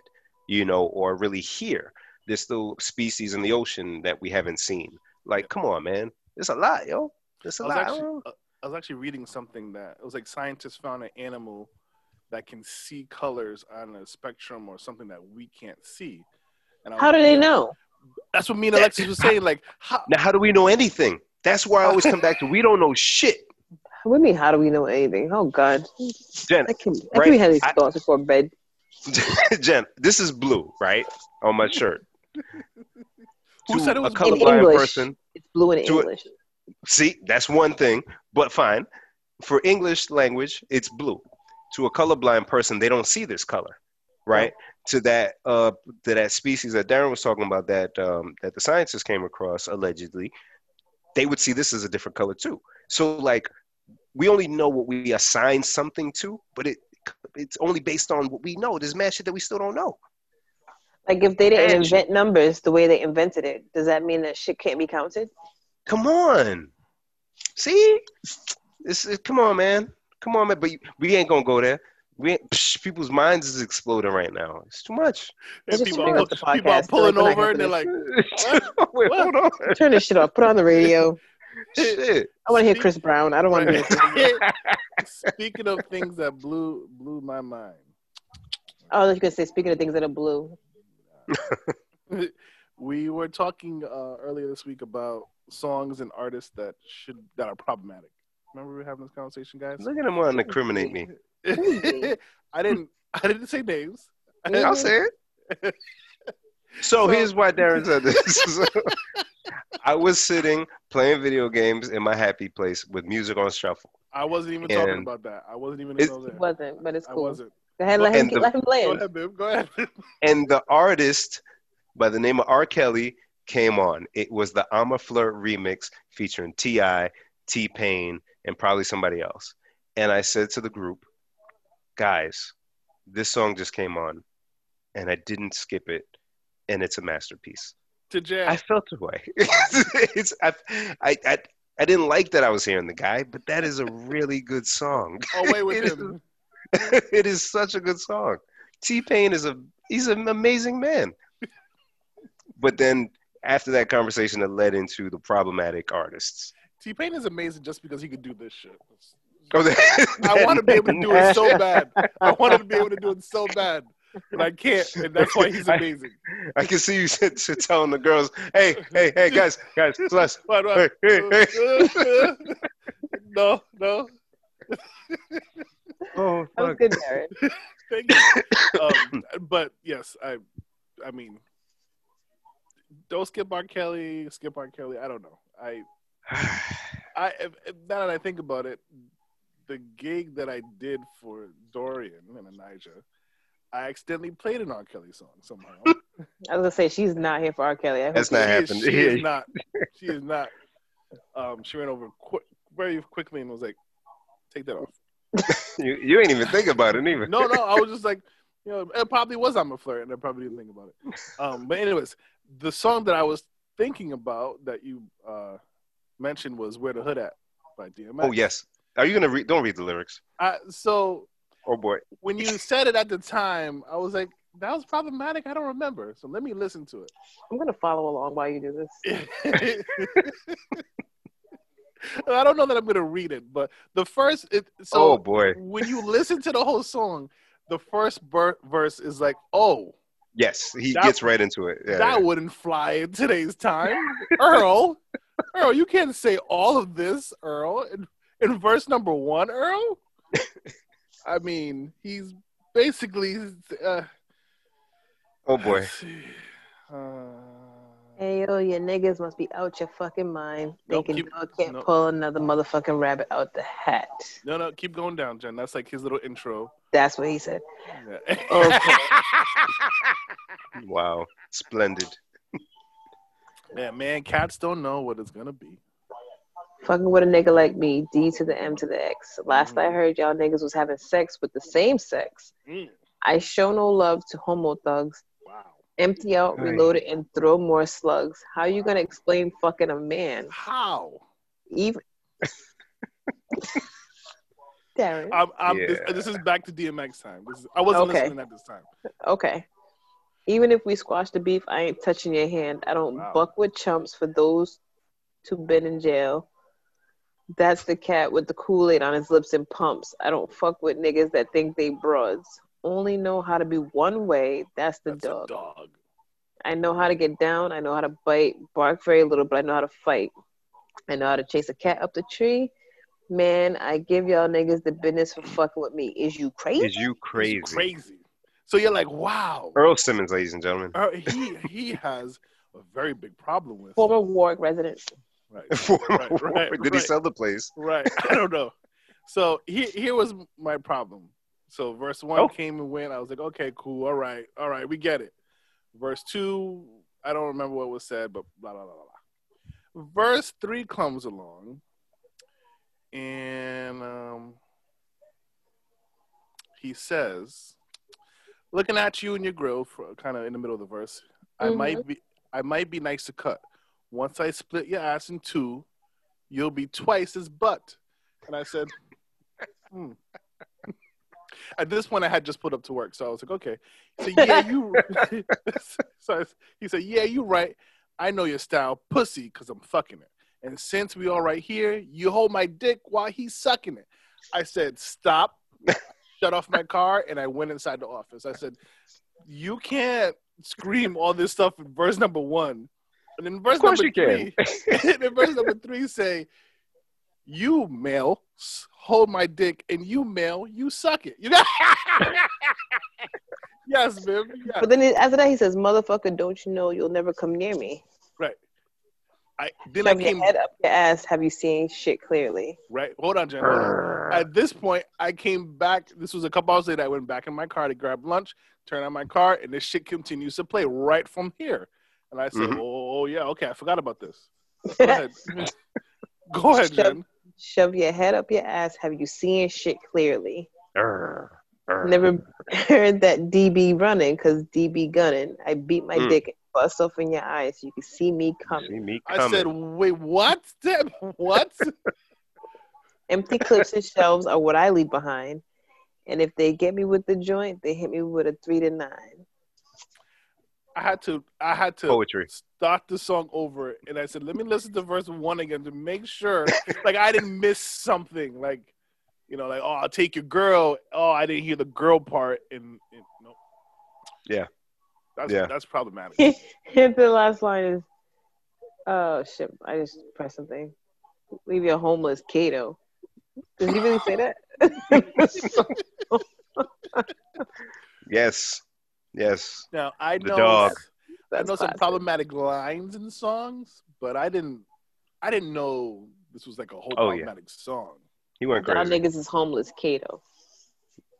you know, or really hear? There's still species in the ocean that we haven't seen. Like, come on, man. It's a lot, yo. It's a I was lot. I actually, don't know. uh, I was actually reading something that it was like scientists found an animal that can see colors on a spectrum or something that we can't see. And I was How do like, they yeah. know? That's what me and Alexis was saying. Like, how, Now, how do we know anything? That's where I always come back to. We don't know shit. <laughs> What do you mean? How do we know anything? Oh God, Jen, I can I Right. can be having these I- thoughts before bed. <laughs> Jen, this is blue, right? On my shirt. <laughs> Who To said it was a blue? In colorblind English. person? It's blue in Do it. English. See, that's one thing, but fine. For English language, it's blue. To a colorblind person, they don't see this color, right? To that uh, to that species that Darren was talking about, that um, that the scientists came across allegedly, they would see this as a different color too. So like, we only know what we assign something to, but it it's only based on what we know. There's mad shit that we still don't know. Like if they didn't And- invent numbers the way they invented it, does that mean that shit can't be counted? Come on. See? This is, come on, man. Come on, man. But you- we ain't gonna go there. We ain't, psh, people's minds is exploding right now. It's too much. and just people, bring are, up the pull- people are podcast, pulling they're like, over and they're "We're not like, <laughs> Wait, hold on. Turn this shit off. Put it on the radio. Shit. I want to hear Chris Brown. I don't want to hear. <laughs> Speaking of things that blew blew my mind, Oh, you can say speaking of things that are blue. we were talking uh, earlier this week about songs and artists that should that are problematic. Remember we were having this conversation, guys? Look at him wanting to incriminate me. <laughs> I didn't. I didn't say names. I'll say it. So, So- here's why Darren said this. <laughs> I was sitting playing video games in my happy place with music on shuffle. I wasn't even talking And- about that. I wasn't even It's- go It there. wasn't, but it's I cool. wasn't. Go ahead, let him And the- let him Go land. ahead, babe. Go ahead. <laughs> and the artist by the name of R. Kelly came on. It was the I'm a Flirt remix featuring T.I., T Pain, and probably somebody else. And I said to the group, guys, this song just came on and I didn't skip it and it's a masterpiece. to jam. I felt the way. <laughs> it's, I, I, I, I didn't like that I was hearing the guy, but that is a really good song. Away with <laughs> It is- him. it is such a good song. T Pain is a he's an amazing man. But then after that conversation, it led into the problematic artists. <laughs> T Pain is amazing just because he could do this shit. Oh, that- I want to be able to do it <laughs> so bad. I wanted to be able to do it so bad, but I can't, and that's why he's amazing. I can see you <laughs> sit- sit telling the girls, "Hey, hey, hey, guys, guys, plus, Why do I- hey, <laughs> hey, hey." no, no. Oh, That was fuck. good, Darren. Thank you. um, but yes, I, I mean, don't skip R. Kelly. Skip R. Kelly. I don't know. I, I if, if- now that I think about it, the gig that I did for Dorian and Anijah, I accidentally played an R. Kelly song <laughs> somehow. I was gonna say she's not here for R. Kelly. I <sighs> hope That's She not is- happening. She <laughs> is not. She is not. Um, she ran over quick, very quickly and was like, "Take that off." you, you ain't even think about it either. No, no. I was just like, you know, it probably was I'm a flirt, and I probably didn't think about it. Um, but anyways, the song that I was thinking about that you uh, mentioned was "Where the Hood At" by DMX. Oh yes. Are you gonna read? Don't read the lyrics. I, so Oh boy. when you said it at the time, I was like, "That was problematic." I don't remember, so let me listen to it. I'm gonna follow along while you do this. <laughs> I don't know that I'm gonna read it, but the first it, oh so boy. when you listen to the whole song, the first ber- verse is like, "Oh, Yes, he That- gets right into it. Yeah, that yeah. wouldn't fly in today's time, Earl. Earl, you can't say all of this, Earl." And in verse number one, <laughs> Earl. I mean, he's basically. Uh, Oh boy. let's see, Uh, Hey, yo, your niggas must be out your fucking mind Nope, thinking keep- dog can't nope. pull another motherfucking rabbit out the hat. no, no, keep going down, Jen. That's like his little <laughs> intro. That's what he said. Yeah. Oh. Wow. Splendid. <laughs> yeah, man, cats don't know what it's gonna be. Fucking with a nigga like me, D to the M to the X. Last I Mhm. heard, y'all niggas was having sex with the same sex. Mm, I show no love to homo thugs. wow. Empty out, Right. reload it, and throw more slugs. How you gonna explain fucking a man? How? Even. Darren. I'm, I'm, this, Yeah. this is back to DMX time. This is, I wasn't Okay. listening at this time. Okay. Even if we squash the beef, I ain't touching your hand. I don't Wow. buck with chumps for those to been in jail. That's the cat with the Kool Aid on his lips and pumps. I don't fuck with niggas that think they broads. Only know how to be one way. That's the That's dog. a dog. I know how to get down. I know how to bite, bark very little, but I know how to fight. I know how to chase a cat up the tree. Man, I give y'all niggas the business for fucking with me. Is you crazy? Is you He's crazy? Er- Crazy. So you're like, wow. Earl Simmons, ladies and gentlemen. <laughs> Uh, he he has a very big problem with Former Warwick resident. right. Former right, right, Did he right. sell the place? <laughs> Right. I don't know. So here, here was my problem. So verse one Oh. came and went. I was like, okay, cool. All right. All right. We get it. Verse two, I don't remember what was said, but blah, blah, blah, blah, blah. Verse three comes along. And um, he says, looking at you in your grove, kind of in the middle of the verse, I Mhm. might be I might be nice to cut. Once I split your ass in two, you'll be twice as butt. And I said, hmm. <laughs> At this point, I had just put up to work, so I was like, okay. So yeah, you. <laughs> so I s- he said, yeah, you right. I know your style, pussy, because I'm fucking it. And since we all right here, you hold my dick while he's sucking it. I said, stop. Shut off my car, and I went inside the office. I said, you can't scream all this stuff in verse number one, and in verse Of course number you can. three, <laughs> and in verse number three say, "You male, s- hold my dick, and you male, you suck it." <laughs> You know? yes, man. Yeah. But then he- after that, he says, "Motherfucker, don't you know you'll never come near me? I, then I Shove your came head up your ass. Have you seen shit clearly? right. Hold on, Jen. hold on. At this point, I came back. This was a couple hours later. I went back in my car to grab lunch, turn on my car, and this shit continues to play right from here. And I said, Mhm. "Oh yeah, okay, I forgot about this." Go ahead. Go ahead, Shut- Jen. <laughs> Shove your head up your ass. Have you seen shit clearly? Err, err. Never <laughs> heard that DB running, cause DB gunning. I beat my Mm. dick and bust off in your eyes. You can see me coming. See me I said, coming. wait, what? Damn, What? Empty clips and shelves are what I leave behind. And if they get me with the joint, they hit me with a three to nine. I had to I had to poetry. start the song over and I said, let me listen to verse one again to make sure like I didn't miss something. Like, you know, like, oh I'll take your girl. Oh, I didn't hear the girl part and, and nope. Yeah. That's Yeah. that's <laughs> problematic. the last line is, "Oh shit, I just pressed something. Leave your homeless Kato." Did he really say <laughs> that? Yes. Yes. Now I The know dog. I That's know some classic. problematic lines in songs, but I didn't I didn't know this was like a whole Oh, yeah. problematic song. He went Y'all crazy. niggas is homeless Kato.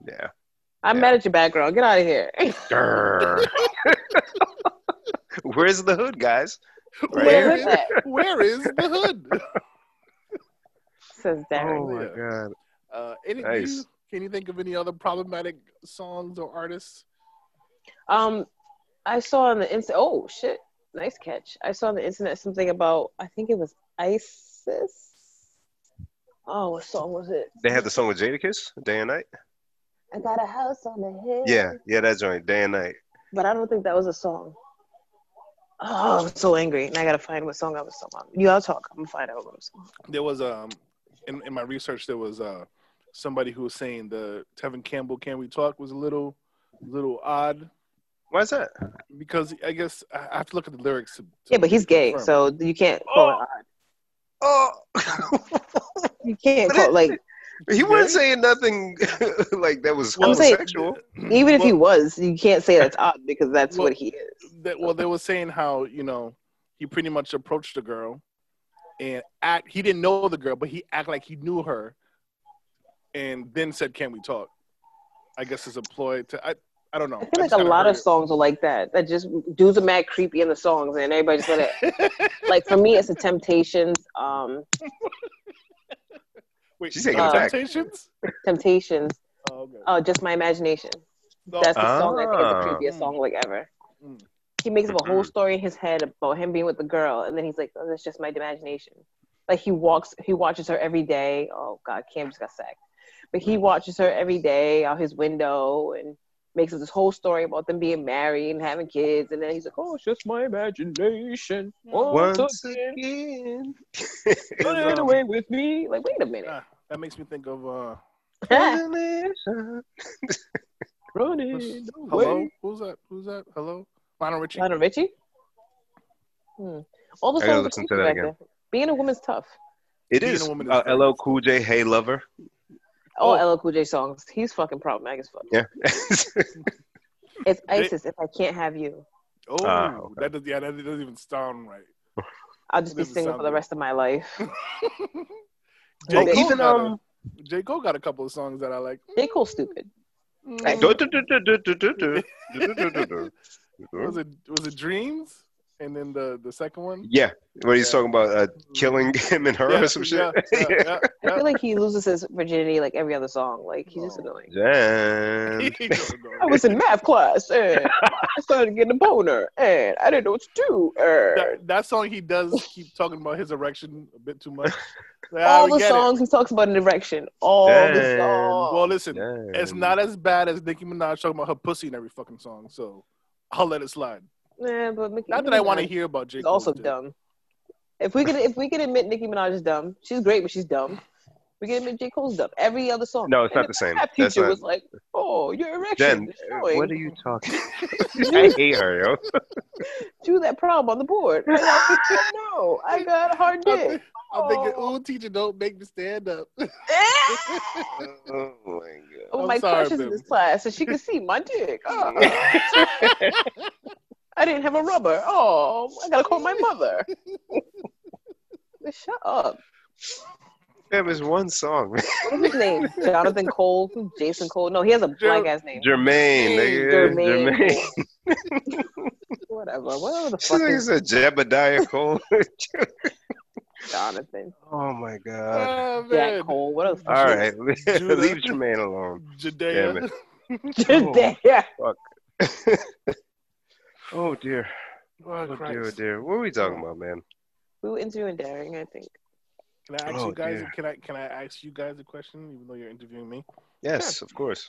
Yeah. I'm Yeah. mad at your background. Get out of here. <laughs> Err. <laughs> Where's the hood, guys? Right Where Where is <laughs> was that? where is the hood? Says Oh, Darren. Oh, my god. Uh, any, do Nice. you, can you think of any other problematic songs or artists? Oh. Um, I saw on the internet. Oh shit, nice catch. I saw on the internet something about. I think it was ISIS. Oh, what song was it? They had the song with Jadakiss, Day and Night. I got a house on the Oh. hill. Yeah, yeah, that joint, Day and Night. but I don't think that was a song. Oh, I'm so angry, and I gotta find what song I was talking about. You all talk. I'm gonna find out what I'm talking There was um, in, in my research there was uh, somebody who was saying the Tevin Campbell "Can We Talk" was a little, little odd Why's that? because I guess I I have to look at the lyrics. To, to Yeah, but he's gay, confirm. so you can't call it. Oh, You can't call like <laughs> He wasn't saying nothing <laughs> like that was Well, saying- homosexual. <clears throat> even if he Well- was, you can't say that's odd because that's Well- what he is. that, well, they were saying how you know he pretty much approached the girl and act. He didn't know the girl, but he act like he knew her, and then said, "Can we talk?" I guess it's a ploy to. I I don't know. I feel like just a kinda lot heard of songs are like that. That just dudes are mad creepy in the songs, and everybody just let it. it. Like for me, it's the Temptations. Um, <laughs> Wait, uh, She's taking it back. Temptations? Temptations. Oh, okay. Oh, just my imagination. No, That's the song I think is Ah. the creepiest song like ever. Mm. He makes up a whole Mhm. story in his head about him being with the girl, and then he's like, "Oh, that's just my imagination." Like he walks, he watches her every day. Oh God, Cam just got sacked, but Mm. he watches her every day out his window and makes up this whole story about them being married and having kids, and then he's like, "Oh, it's just <laughs> my imagination." Once Once again, again. put it away with me. Like, wait a minute, ah, that makes me think of uh, <laughs> what's- run it hello. away. Who's that? Who's that? Hello, Lionel Richie. Lionel Richie. Hmm. All the I gotta songs are listen to creepy that back again. then. Being a woman's tough. It Being is a woman is uh, very- LL Cool J, Hey Lover. <laughs> All Oh. LL Cool J songs. He's fucking problematic as fuck. Yeah. It's They- ISIS. If I can't have you, Oh, Ah, okay. that does, yeah, that doesn't even sound right. <laughs> I'll just be Doesn't single sound for the good. rest of my life. J. Oh, Cole even, got um, a, J. Cole got a couple of songs that I like. J Cole's stupid. Mm, Right. Do- do- do- do- do- do- do- do. Do- do- do- do- Was do. it was it Dreams? And then the the second one, Yeah, what he's Yeah. talking about uh, killing <laughs> him and her or some shit. Yeah, yeah, yeah, <laughs> <laughs> I feel like he loses his virginity like every other song. Like he's just No. annoying. yeah. Damn. He don't know. I was in math class and I started getting a boner and I didn't know what to do. And that, that song he does keep talking about his erection a bit too <laughs> much. Like, all I the get it. songs he talks about an erection. All the Damn. songs. Well, listen, <laughs> it's Damn. not as bad as Nicki Minaj talking about her pussy in every fucking song, so I'll let it slide. Nah, but Nicki, Not that I want to hear about J. She's Cole. also dumb. If we could, if we could admit Nicki Minaj is dumb, she's great, but she's dumb. We can admit J Cole's dumb. Every other song. No, it's And not the same. That That's teacher not. was like, "Oh, your erection Jen, is uh, showing. what are you <laughs> talking? I hate her, yo. Do that problem on the board." And I was like, "Oh, <laughs> no, I got a hard I dick. think, I think Oh. ooh, teacher, don't make me stand up. Uh, Oh my god. Oh, I'm my sorry, crush is in babe. this class, so she could see <laughs> my dick. Oh, I didn't have a rubber. Oh, I gotta call my mother. Shut up. Damn, it's one song. <laughs> What's his name? Jonathan Cole, Jason Cole. No, he has a blank ass name. Jermaine, nigga. Jermaine. Jermaine. Whatever. <laughs> Whatever the She fuck is thinks it's a Jebediah <laughs> Cole. Jonathan? oh my god. <laughs> Ah, Jack man. Cole. What the fuck? All <laughs> right, <laughs> Judah. leave Jermaine alone. Judea. Damn yeah. Oh dear. <laughs> Oh, Oh Christ. dear, oh dear. What are we talking about, man? We were interviewing Daring, I think. Can I ask Oh, you guys? dear. Can I can I ask you guys a question? Even though you're interviewing me, Yes, of course.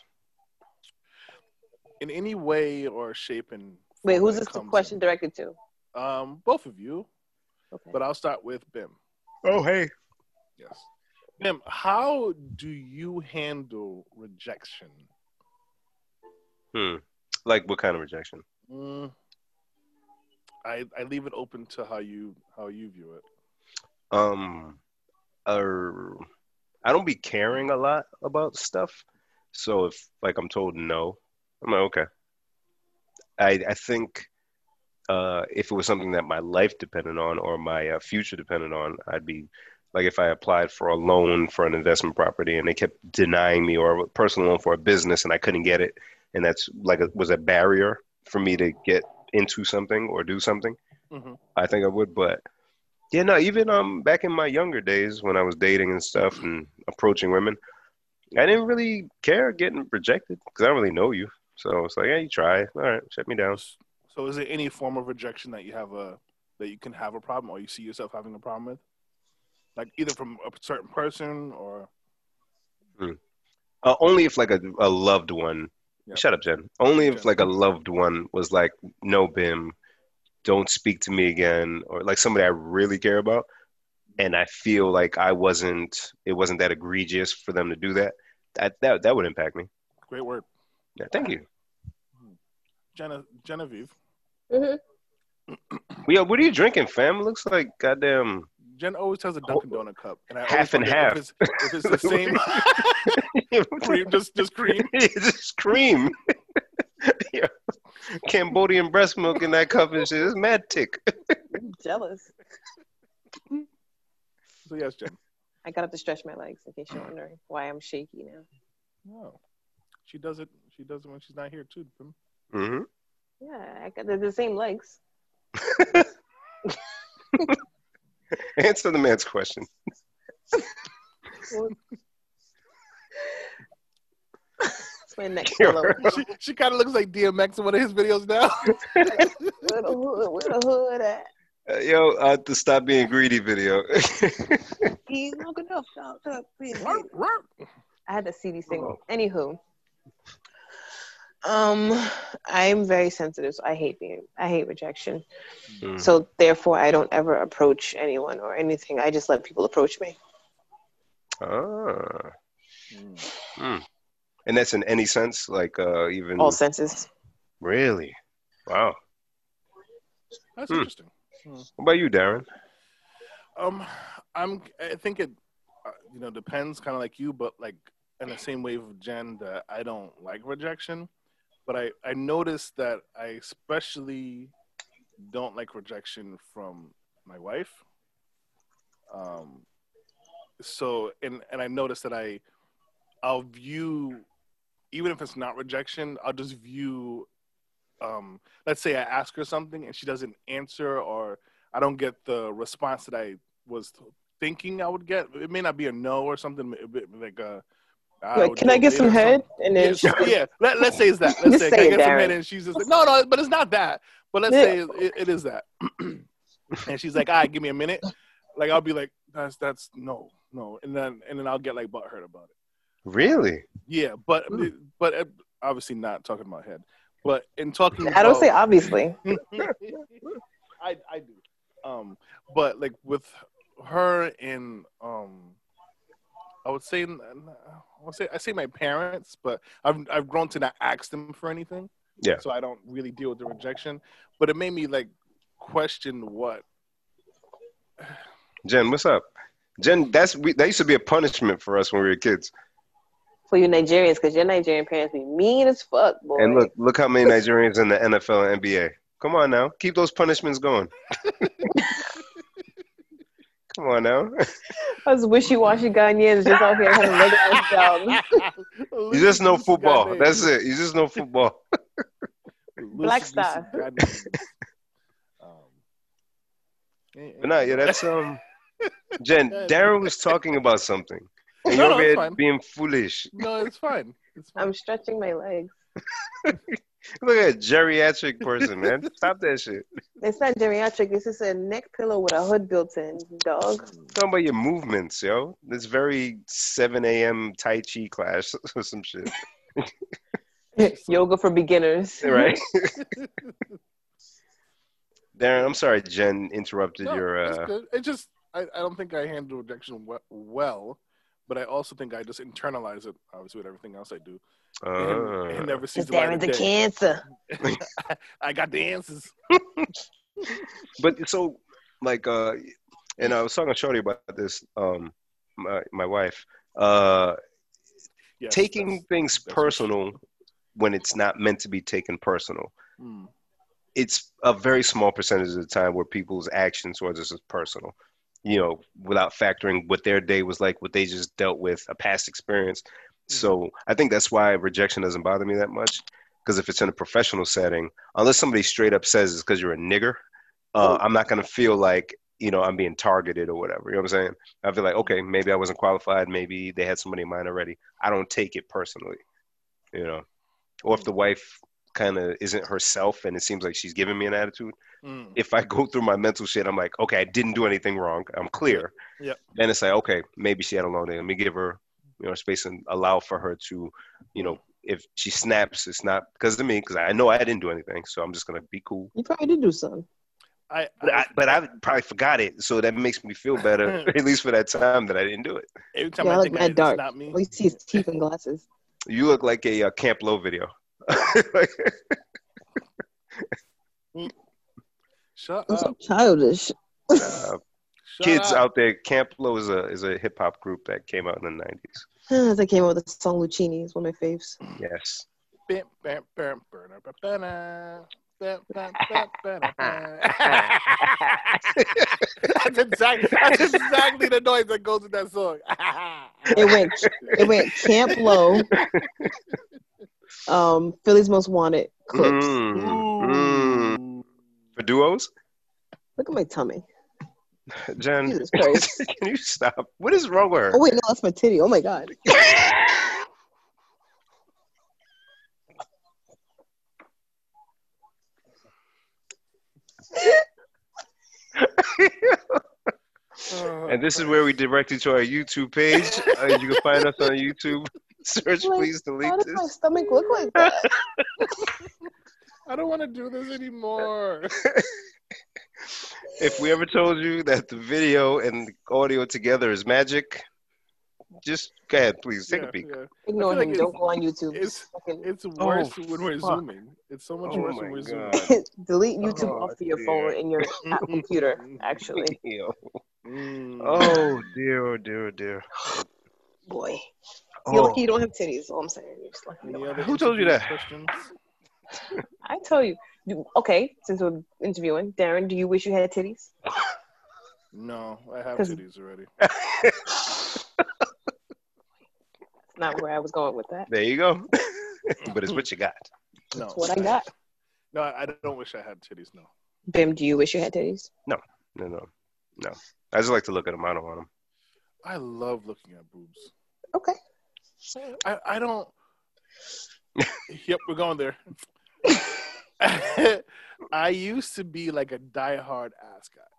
in any way or shape and Wait, form who's that this comes in. question directed to? Um, both of you, Okay. but I'll start with Bim. Oh hey. Yes, Bim. How do you handle rejection? Like what kind of rejection? Mm, I I leave it open to how you how you view it. um uh, I don't be caring a lot about stuff. So if like I'm told no, I'm like okay. I I think uh if it was something that my life depended on or my uh, future depended on, I'd be like if I applied for a loan for an investment property and they kept denying me or a personal loan for a business and I couldn't get it and that's like a, was a barrier for me to get into something or do something. Mhm. I think I would, but yeah, no, even um back in my younger days when I was dating and stuff and approaching women, I didn't really care getting rejected because I don't really know you. So it's like, yeah, you try. All right, shut me down. So, is there any form of rejection that you have a that you can have a problem or you see yourself having a problem with, like either from a certain person or Uh, only if like a, a loved one. Yeah. Shut up, Jen. Only if Jen. like a loved one was like, no, Bim, don't speak to me again, or like somebody I really care about, and I feel like I wasn't, it wasn't that egregious for them to do that. That that that would impact me. great word, Yeah, thank you. Gene- Genevieve. Mhm. Yo, what are you drinking, fam? Looks like goddamn <laughs> Jen always has a Dunkin' Donut cup, and I always Oh. Half and forget half. If it's, if it's <laughs> the same cream, just just cream. just cream. <laughs> Yeah. Cambodian breast milk in that cup and shit. It's mad tick. I'm jealous. So yes, Jen. I got up to stretch my legs in case you're wondering why I'm shaky now. No, she does it. She does it when she's not here too. <laughs> Bim. hmm Yeah, I got, they're the same legs. Answer the man's question. It's my neck You're- pillow. She, she kind of looks like DMX in one of his videos <laughs> now. Where the hood, where the hood at? Uh, yo, uh, the stop being greedy video. <laughs> He's not good enough. dog, dog, please, Ruh, please. ruh. I had to see these things. Anywho, um, I'm very sensitive. So I hate being, I hate rejection. Mm. So therefore, I don't ever approach anyone or anything. I just let people approach me. Ah. Hmm. And that's in any sense, like uh, even All senses. really. Wow. That's Hmm. interesting. What about you, Darren? Um, I'm. I think it, uh, you know, depends. Kind of like you, but like in the same wave of Jen, that I don't like rejection, but I I noticed that I especially don't like rejection from my wife. Um, so and and I noticed that I, I'll view, even if it's not rejection, I'll just view. Um, let's say I ask her something and she doesn't answer or I don't get the response that I was thinking I would get. It may not be a no or something, it may be like a. like, can I get some head? And then, Yeah, she- yeah. Let, us say it's that. Let's Just say, say can I it, get some head? Darren. And she's just like, no, no, but it's not that. But let's Yeah. say it, it- it is that. <clears throat> and she's like, all right, give me a minute. Like I'll be like, that's that's no, no, and then and then I'll get like butthurt about it. Really? Yeah, but Mm. but uh, obviously not talking about head. But in talking, I don't about- say obviously. <laughs> I I do. Um, but like with her and um, I would say I would say I say my parents, but I've I've grown to not ask them for anything. Yeah. So I don't really deal with the rejection, but it made me like question <laughs> what. Jen, what's up? Jen, that's we, that used to be a punishment for us when we were kids. For you Nigerians, because your Nigerian parents be mean as fuck, boy. And look, look how many Nigerians in the NFL and NBA. Come on now, keep those punishments going. <laughs> Come on now. Us wishy-washy Ghanaians just out here having regular ass <laughs> jobs. You just know football. That's it. You just know football. Black Star. <laughs> Um, But no, yeah, that's um. Jen, Darren was talking about something, <laughs> and No, you're no, over it's here fine. being foolish. <laughs> no, it's fine. It's fine. I'm stretching my legs. Look at a geriatric <laughs> person, man. Stop that shit. It's not geriatric. It's just a neck pillow with a hood built in, dog. Talking about your movements, yo. This very 7 a.m. Tai Chi class <laughs> or some shit, Yoga for beginners. <laughs> right? Darren, I'm sorry, Jen interrupted No, your. that's Uh, good. It just I, I don't think I handle rejection we- well, but I also think I just internalize it. Obviously, with everything else I do, and, and uh, never sees Because the light of Darren's a day. cancer. I got the answers. but so like uh and I was talking to Shorty about this, um my my wife. Uh Yes, taking that's- things that's- personal when it's not meant to be taken personal. Hmm. It's a very small percentage of the time where people's actions towards us is personal. You know, without factoring what their day was like, what they just dealt with, a past experience. So I think that's why rejection doesn't bother me that much. Because if it's in a professional setting, unless somebody straight up says it's because you're a nigger, uh, I'm not gonna feel like you know I'm being targeted or whatever. You know what I'm saying? I feel like okay, maybe I wasn't qualified. Maybe they had somebody in mind already. I don't take it personally, you know. Or if the wife kind of isn't herself and it seems like she's giving me an attitude, Hmm. if I go through my mental shit, I'm like, okay, I didn't do anything wrong. I'm clear. Yeah. Then it's like, okay, maybe she had a long day. Let me give her, you know, space and allow for her to, you know, if she snaps, it's not because of me, because I know I didn't do anything. So I'm just gonna be cool. You probably did do something. I, But I, I- but I probably forgot it, so that makes me feel better, at least for that time that I didn't do it. every time Yeah, I I look think I, mad it's dark. not me. All you see is teeth and glasses. You look like a uh, Camp Low video. <laughs> Shut I'm up! so childish. <sighs> Uh, Kids up. out there, Camp Lo is a is a hip hop group that came out in the nineties. they came out with the song Lucini. It's one of my faves. Yes. Bam, bam, bam, ba-da, ba-da, bam, bam, bam, ba-da, <laughs> Mm. bam. that's, exactly, that's exactly the noise that goes with that song. <laughs> It went. It went Camp Low. Um, Philly's Most Wanted clips. Mm, mm. Ooh. For duos, Look at my tummy. <laughs> Jen, Jesus Christ. can you stop? What is wrong with her? Oh wait, no, that's my titty. Oh my god. Uh, And this is where we direct you to our YouTube page. Uh, you can find us on YouTube. <laughs> Search, Like, please delete How does my this. stomach look like that? I don't want to do this <laughs> anymore. If we ever told you that the video and the audio together is magic, just go ahead, please take Yeah, a <laughs> peek. yeah. Ignore I feel him. like Don't go on YouTube. It's Fucking- it's worse when we're Oh, fuck. zooming. It's so much Oh worse my when we're God. <laughs> Delete YouTube Oh, off of your dear. phone and your <laughs> computer. <laughs> Actually, Ew. zooming. Oh dear, oh dear, oh dear. boy, you're Oh, lucky you don't have titties. Is all I'm saying. You're just lucky you Any don't other Who told you interview that? Questions? I tell you, you- okay. Since we're interviewing, Darren, do you wish you had titties? No, I have 'Cause- titties already. That's not where I was going with that. there you go. <laughs> but <laughs> it's what you got. No, That's what I got. No, I I don't wish I had titties. No. Bim, do you wish you had titties? No, no, no. I just like to look at them. I don't want them. I love looking at boobs. Okay. I, I <laughs> don't. yep, we're going <laughs> there. I used to be like a diehard ass guy.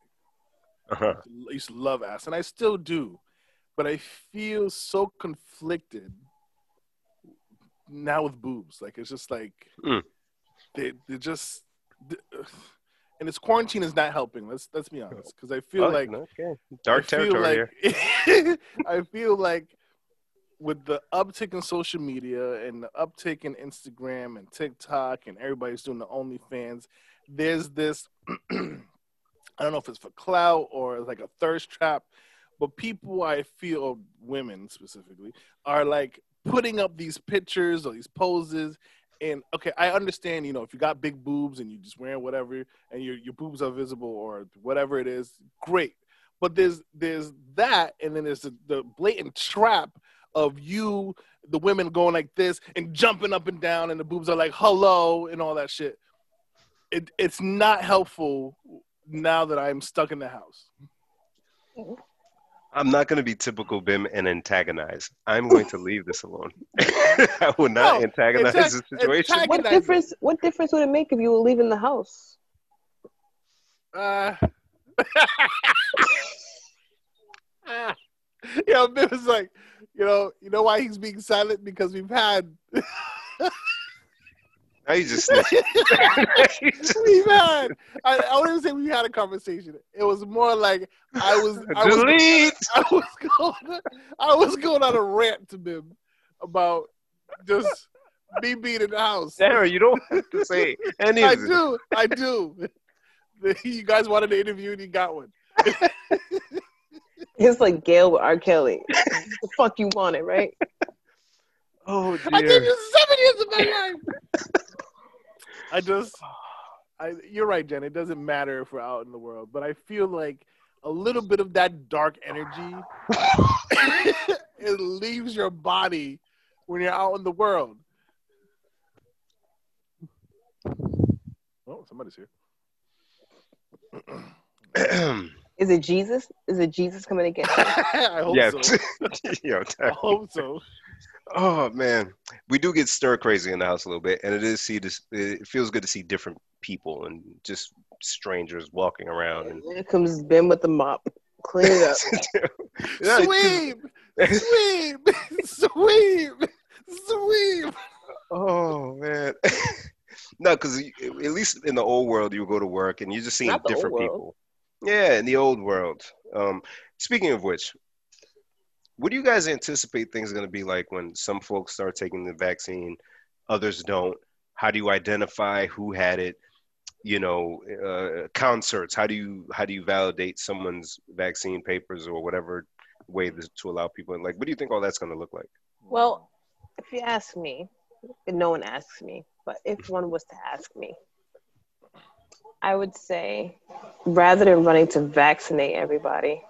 Uh-huh. I used to love ass, and I still do, but I feel so conflicted now with boobs. Like it's just like Mm. they they just, and this quarantine is not helping. Let's let's be honest, because I feel Oh, like okay. dark I feel territory like, here. <laughs> I feel like with the uptick in social media and the uptick in Instagram and TikTok and everybody's doing the OnlyFans, there's this <clears throat> I don't know if it's for clout or like a thirst trap, but people I feel women specifically are like putting up these pictures or these poses. And okay, I understand, you know, if you got big boobs and you're just wearing whatever and your, your boobs are visible or whatever it is, great but there's there's that and then there's the, the blatant trap of you the women going like this and jumping up and down and the boobs are like hello and all that shit it, it's not helpful now that i'm stuck in the house I'm not going to be typical Bim and antagonize. I'm going to leave this alone. <laughs> I will not No, antagonize attack- the situation. attack- What Recognize difference? What difference would it make if you were leaving the house? uh, <laughs> Ah. you know Bib is like you know you know why he's being silent because we've had Now you just snitching. You <laughs> just- we've had I, I wouldn't even say we had a conversation it was more like i was i was Delete. I was going I was going on a rant to them about just me being in the house. Sarah, you don't have to say any I of this. do, I do. <laughs> You guys wanted an interview and you got one. It's like Gail with R. Kelly. <laughs> the fuck you wanted, right? Oh I gave dear. you seven years of my life. <laughs> I just I you're right, Jen. It doesn't matter if we're out in the world, but I feel like a little bit of that dark energy <coughs> it leaves your body when you're out in the world. Oh, somebody's here. <laughs> Is it Jesus? Is it Jesus coming to get you? I hope yeah. so. <clears throat> Yo, I hope so. Oh man, we do get stir crazy in the house a little bit, and it is see this. It feels good to see different people and just strangers walking around. And Here comes Ben with the mop. Clean it Uh, <laughs> up. <laughs> Yeah, Sweep, sweep, <laughs> sweep, sweep. oh man, <laughs> no, because at least in the old world, you go to work and you're just seeing Not the old different world. people. Yeah, in the old world. Um, speaking of which, what do you guys anticipate things are going to be like when some folks start taking the vaccine, others don't? How do you identify who had it? you know uh, concerts how do you how do you validate someone's vaccine papers or whatever way this, to allow people in like what do you think all that's going to look like Well, if you ask me, and no one asks me, but if one was to ask me, I would say rather than running to vaccinate everybody,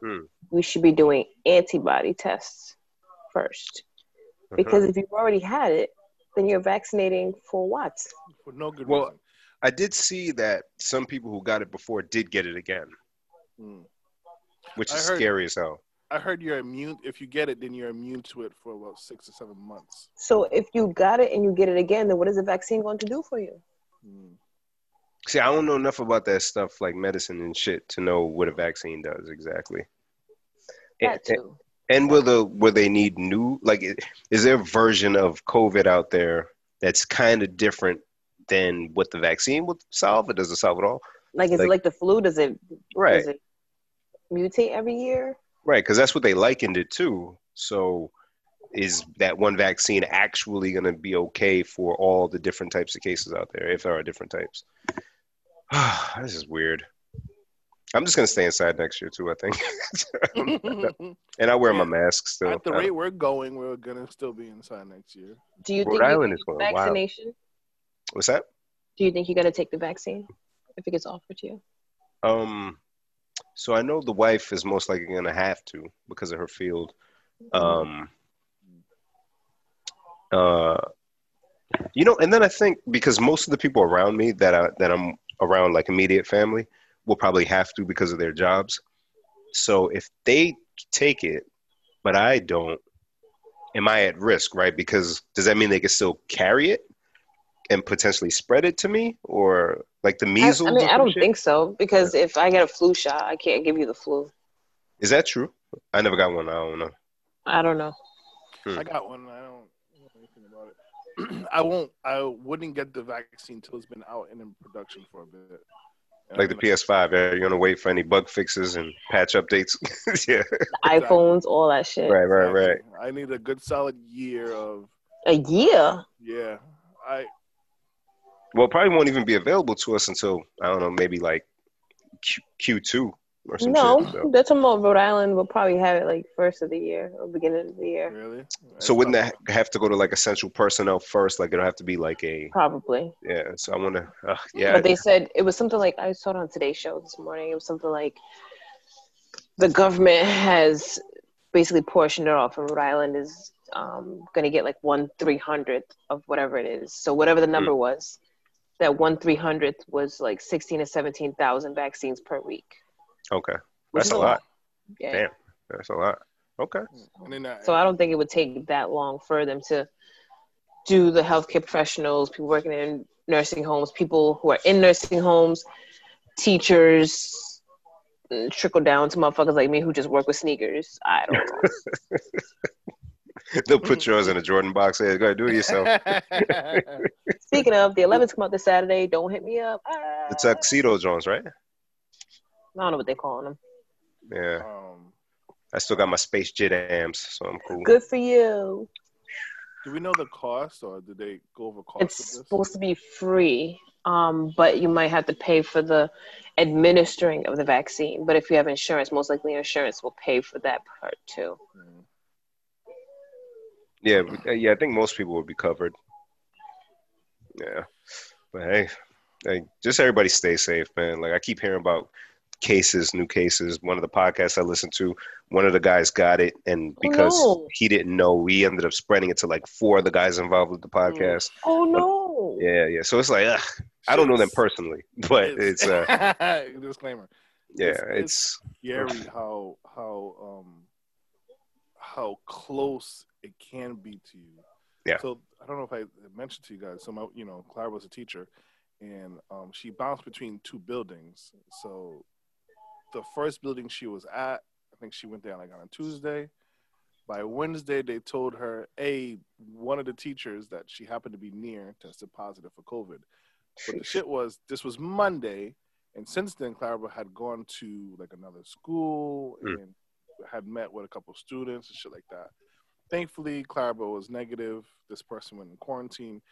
Hmm. we should be doing antibody tests first. Because if you've already had it, then you're vaccinating for what? for no good Well, reason. i did see that some people who got it before did get it again Mm. which I is heard- scary as hell I heard you're immune. If you get it, then you're immune to it for about six or seven months. So if you got it and you get it again, then what is the vaccine going to do for you? <laughs> Mm. see i don't know enough about that stuff like medicine and shit to know what a vaccine does exactly And- That too. And will the will they need new like i- is there a version of COVID out there that's kind of different than what the vaccine would solve? It doesn't solve at all, Like is like- it like the flu? Does it right? does it mutate every year? Right, because that's what they likened it to. So is that one vaccine actually going to be okay for all the different types of cases out there, if there are different types? <sighs> this is weird. I'm just going to stay inside next year too. I think, <laughs> and I wear my mask still. Um, At the I- rate we're going, we're gonna still be inside next year. Do you Rhode think you Island can is get the going wild. vaccination? What's that? Do you think you're gonna take the vaccine if it gets offered to you? Um, so I know the wife is most likely going to have to because of her field. Um, uh, you know, and then I think because most of the people around me that I that I'm around, like immediate family, will probably have to because of their jobs. So if they take it, but I don't, am I at risk? Right? Because does that mean they could still carry it and potentially spread it to me, or like the I, measles? I mean, or I some don't shit? think so because if I get a flu shot, I can't give you the flu. Is that true? I never got one. I don't know. Hmm. I don't know. I got one. I don't know anything about it. <clears throat> I won't. I wouldn't get the vaccine till it's been out and in production for a bit. Like the And- PS5, yeah, you're gonna wait for any bug fixes and patch updates. <laughs> yeah, The iPhones, all that shit. right, right, right. Exactly. I need a good solid year of A year. yeah. I Well, probably won't even be available to us until I don't know, maybe like Q- Q2 or some No, shit. So, that's about Rhode Island. We'll probably have it like first of the year or beginning of the year, really. so wouldn't that have to go to like essential personnel first? Like it'll have to be like a probably. yeah. So I wanna uh, yeah. But they said it was something like I saw it on Today's show this morning. It was something like the government has basically portioned it off, and Rhode Island is um, going to get like one three hundredth of whatever it is. So whatever Hmm. the number was, that one three hundredth was like sixteen to seventeen thousand vaccines per week. okay, which that's is a lot. Yeah. Damn. That's a lot. Okay. <laughs> And then I, So I don't think it would take that long for them to do the healthcare professionals, people working in nursing homes, people who are in nursing homes, teachers, mm, trickle down to motherfuckers like me who just work with sneakers. I don't know. They'll put yours in a Jordan box. Hey, go ahead, do it yourself. <laughs> <laughs> Speaking of, the 11th come out this Saturday. Don't hit me up. Ah. The tuxedo Jones, right? I don't know what they're calling them. Yeah. um, I still got my Space Jet amps, so I'm cool. Good for you. do we know the cost, or did they go over cost It's of this? supposed to be free, um, but you might have to pay for the administering of the vaccine. But if you have insurance, most likely insurance will pay for that part too. Mm. Yeah, but, uh, yeah, I think most people would be covered. Yeah, but hey, like just everybody stay safe, man. Like I keep hearing about cases, new cases. One of the podcasts I listened to, one of the guys got it, and because no. he didn't know, he ended up spreading it to like four of the guys involved with the podcast. Oh no! Yeah, yeah. So it's like, ugh, I don't know them personally, but <laughs> it's, uh, disclaimer. yeah, It's- it's, Scary how how um how close it can be to you. Yeah. So I don't know if I mentioned to you guys. So my you know Clara was a teacher, and um, she bounced between two buildings. So the first building she was at, I think she went there like on a Tuesday. By Wednesday, they told her, "Hey, one of the teachers that she happened to be near tested positive for COVID." But the shit was, this was Monday, and since then, Clara had gone to like another school Mm. and had met with a couple students and shit like that. Thankfully, Clara was negative. This person went in quarantine,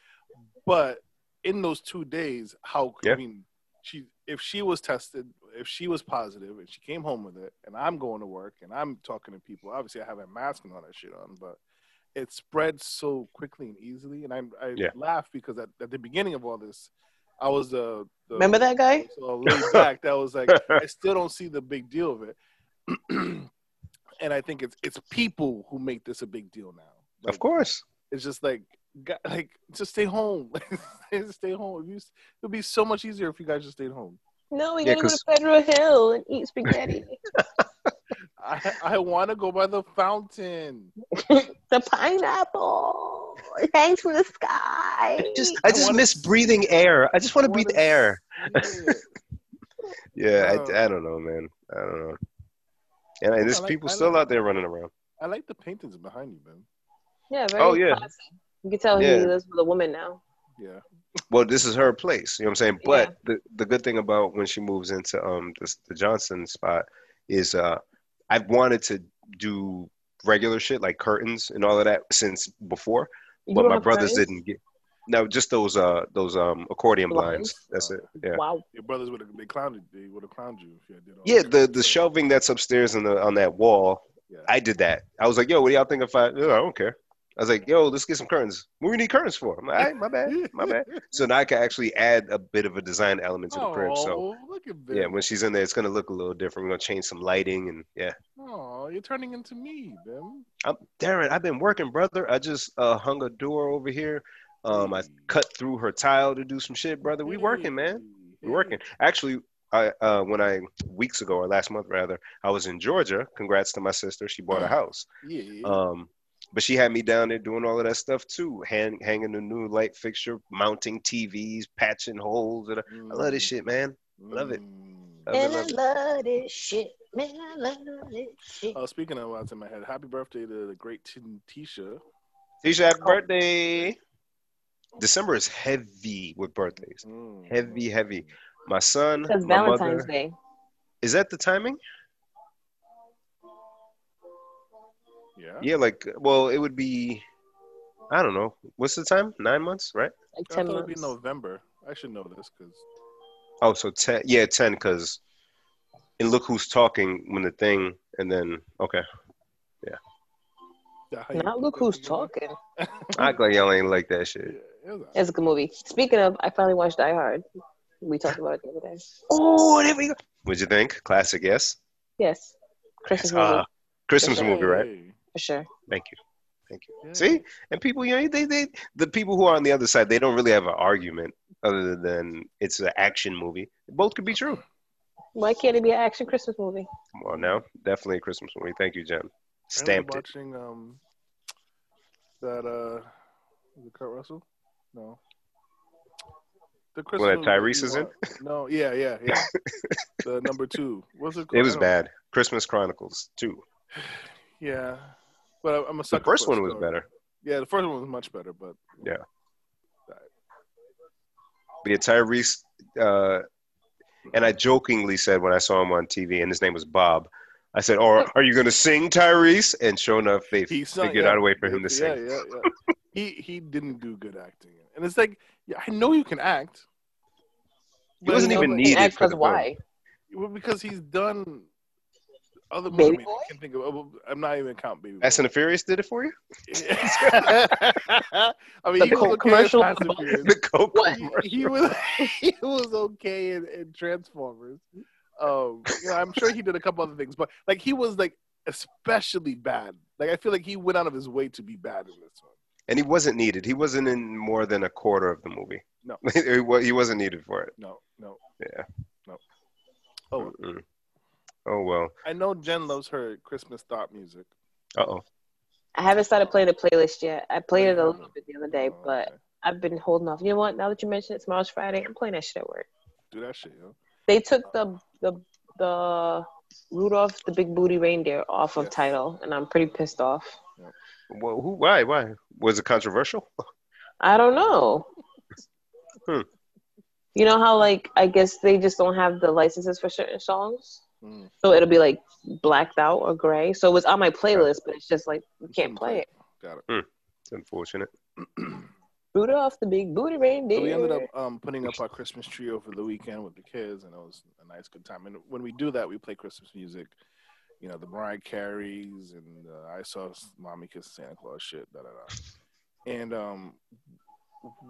but in those two days, how Yeah. I mean, she if she was tested, if she was positive, and she came home with it, and I'm going to work and I'm talking to people. Obviously, I have a mask and all that shit on, but it spread so quickly and easily. And I I Yeah. laugh because at, at the beginning of all this, I was the, the Remember that guy? so laid back. That was like I still don't see the big deal of it. <clears throat> and I think it's it's people who make this a big deal now. Like, of course. it's just like got, like just stay home. <laughs> just stay home. If you, it'd be so much easier if you guys just stayed home. No, we Yeah, gotta go to 'cause- Federal Hill and eat <laughs> spaghetti. I I want to go by the fountain. the pineapple. It hangs from the sky. Just I I just wanna- miss breathing air. I just want to breathe wanna air. see it. Yeah, Oh. I, I don't know, man. I don't know. And, I there's like- people I still like- out there running around. I like the paintings behind you, man. Yeah, very Oh, yeah. classy. You can tell Yeah. he lives with a woman now. Yeah, Well, this is her place. You know what I'm saying? Yeah. But the, the good thing about when she moves into um the, the Johnson spot is uh I've wanted to do regular shit like curtains and all of that since before, You but don't my have brothers parents? didn't get. No, just those uh those um accordion blinds. Blinds? That's it. Oh. Yeah. Wow. Uh, your brothers would have they clowned you- they would have clowned you if you did all Yeah, that. the the shelving that's upstairs in the on that wall. Yeah. I did that. I was like, "Yo, what do y'all think if I?" "Yeah, I don't care. I was like, "Yo, let's get some curtains. What do we need curtains for?" I'm like, "All right, my bad, my bad." So now I can actually add a bit of a design element to the crib. So Oh, look at yeah, that. when she's in there, it's gonna look a little different. We're gonna change some lighting and yeah. Oh, you're turning into me, man. I'm Darren. I've been working, brother. I just uh, hung a door over here. Um, I cut through her tile to do some shit, brother. Mm-hmm. We working, man. Hey, We're working. Actually, I uh, when I weeks ago or last month rather, I was in Georgia. Congrats to my sister. She bought a house. Yeah, yeah. Um, but she had me down there doing all of that stuff too, hand, hanging the new light fixture, mounting TVs, patching holes. And I love this Mm-hmm. shit, man. love it. Mm. Love it, love it. love this shit. Man, I love this shit. Oh, speaking of what's in my head, happy birthday to the great Tin Tisha. Tisha, Oh. happy birthday. December is heavy with birthdays. Mm. Heavy, heavy. My son, Because my Valentine's mother. Day. Is that the timing? Yeah. Yeah, like, well, it would be, I don't know. What's the time? Nine months, right? Like I 10 thought it'd be months. November. I should know this because Oh, so 10. Yeah, 10, because, and look who's talking when the thing, and then, okay. Now look <laughs> who's talking. I <laughs> act like y'all ain't like that shit. It's a good movie. Speaking of, I finally watched Die Hard. We talked about it the other day. Oh, there we go. What'd you think? Classic, yes. Yes. Christmas Yes, movie, uh, Christmas movie, right? for sure. Thank you. See, and people, you know, they, they, the people who are on the other side, they don't really have an argument other than it's an action movie. Both could be true. Why can't it be an action Christmas movie? Come on now, definitely a Christmas movie. Thank you, Jim. Stamped it. watching um that uh is it Kurt Russell? No. The Christmas that movie Tyrese you is in? want- No, yeah, yeah, <laughs> yeah. the number two. What's it called? It was I don't- bad. Christmas Chronicles too. Yeah, but I- I'm a The sucker. first for a one was story. better. Yeah, the first one was much better, but Yeah. But yeah, Tyrese, uh, and I jokingly said when I saw him on TV, and his name was Bob. I <laughs> said, "Or are you going to sing, Tyrese?" And sure enough, they he sung- figured yeah. out a way for him to sing. Yeah, yeah, yeah. he he didn't do good acting, and it's like, yeah, I know you can act. He wasn't but- even but- needed for Because the why? Well, because he's done other movies. I Baby mean, Boy? I can think of. I'm not even count baby. Fast Boy. and the Furious did it for you. <laughs> I mean, The he was Coke okay in commercial. Fast <laughs> and Furious. <laughs> The Coke. What? he, <laughs> he was he was okay in, in Transformers. Um, you know, I'm sure he did a couple other things, but like he was like especially bad. Like I feel like he went out of his way to be bad in this one. And he wasn't needed. He wasn't in more than a quarter of the movie. No. <laughs> he wa- he wasn't needed for it. No, no. Yeah. Oh. Mm-mm. Oh well. I know Jen loves her Christmas thought music. Uh oh. I haven't started playing the playlist yet. I played it a Oh, little bit the other day, okay. but I've been holding off. You know what? Now that you mention it, tomorrow's Friday. I'm playing that shit at work. do that shit, yo. They took the the the Rudolph the Big Booty Reindeer off of Yes. title, and I'm pretty pissed off. Well, who? Why? Why? Was it controversial? <laughs> I don't know. Hmm. You know how like I guess they just don't have the licenses for certain songs, Mm. so it'll be like blacked out or gray. So it was mm, on my playlist, but it's just like we can't play it. Got it. It's unfortunate. Rudolph the big booty reindeer. So we ended up um, putting up our Christmas tree over the weekend with the kids, and it was a nice, good time. And when we do that, we play Christmas music, you know, the Mariah Careys and uh, I Saw Mommy Kiss Santa Claus shit, da da da. And um,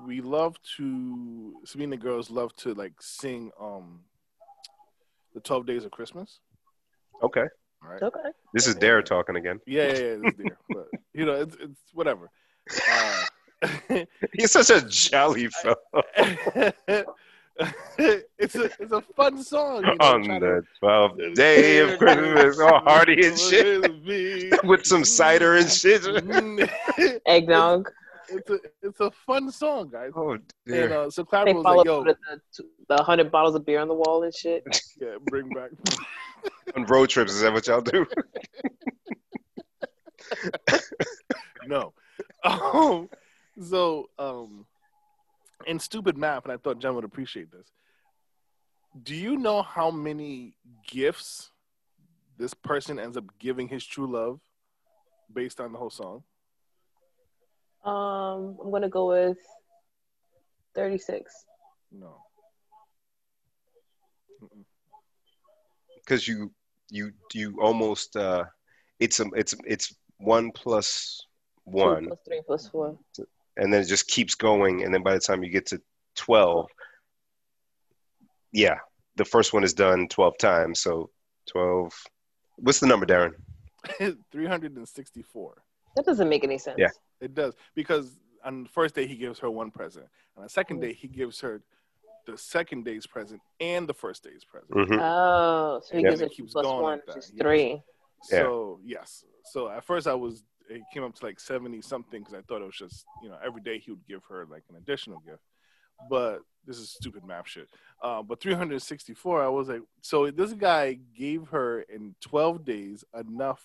we love to, Sabine and the girls love to like sing um, the 12 Days of Christmas, Okay. all right? Okay. This is Dare talking again. <laughs> Yeah, yeah, yeah, it's there. but, you know, it's, it's whatever. Uh, <laughs> He's such a jolly fellow. it's a it's a fun song. You know, On try to- the <laughs> 12th day of Christmas, all hearty and shit. <laughs> With some cider and shit. Mm. <laughs> Eggnog. it's a it's a fun song, guys. Oh, And dear. uh, so Clara They was follow like, up "Yo, with the, the hundred bottles of beer on the wall and shit. <laughs> yeah, bring back." <laughs> On road trips, is that what y'all do? no. Um, so, um, in stupid math, and I thought Jen would appreciate this. Do you know how many gifts this person ends up giving his true love based on the whole song? Um, I'm gonna go with thirty-six. No. Mm-mm. Because you, you, you almost. Uh, it's a, it's, it's one plus Two one, plus three plus four. and then it just keeps going, and then by the time you get to twelve, yeah, the first one is done twelve times. So twelve. What's the number, Darren? <laughs> 364. That doesn't make any sense. Yeah. It does. Because on the first day, he gives her one present. On the second day, he gives her the second day's present and the first day's present. hmm Oh, so he Yeah. gives It it keeps plus going one, like which that, is yes. three. Yeah. So, yes. So at first, I was, it came up to like 70 something because I thought it was just, you know, every day he would give her like an additional gift. But this is stupid math shit. Uh, but 364, I was like, so this guy gave her in 12 days enough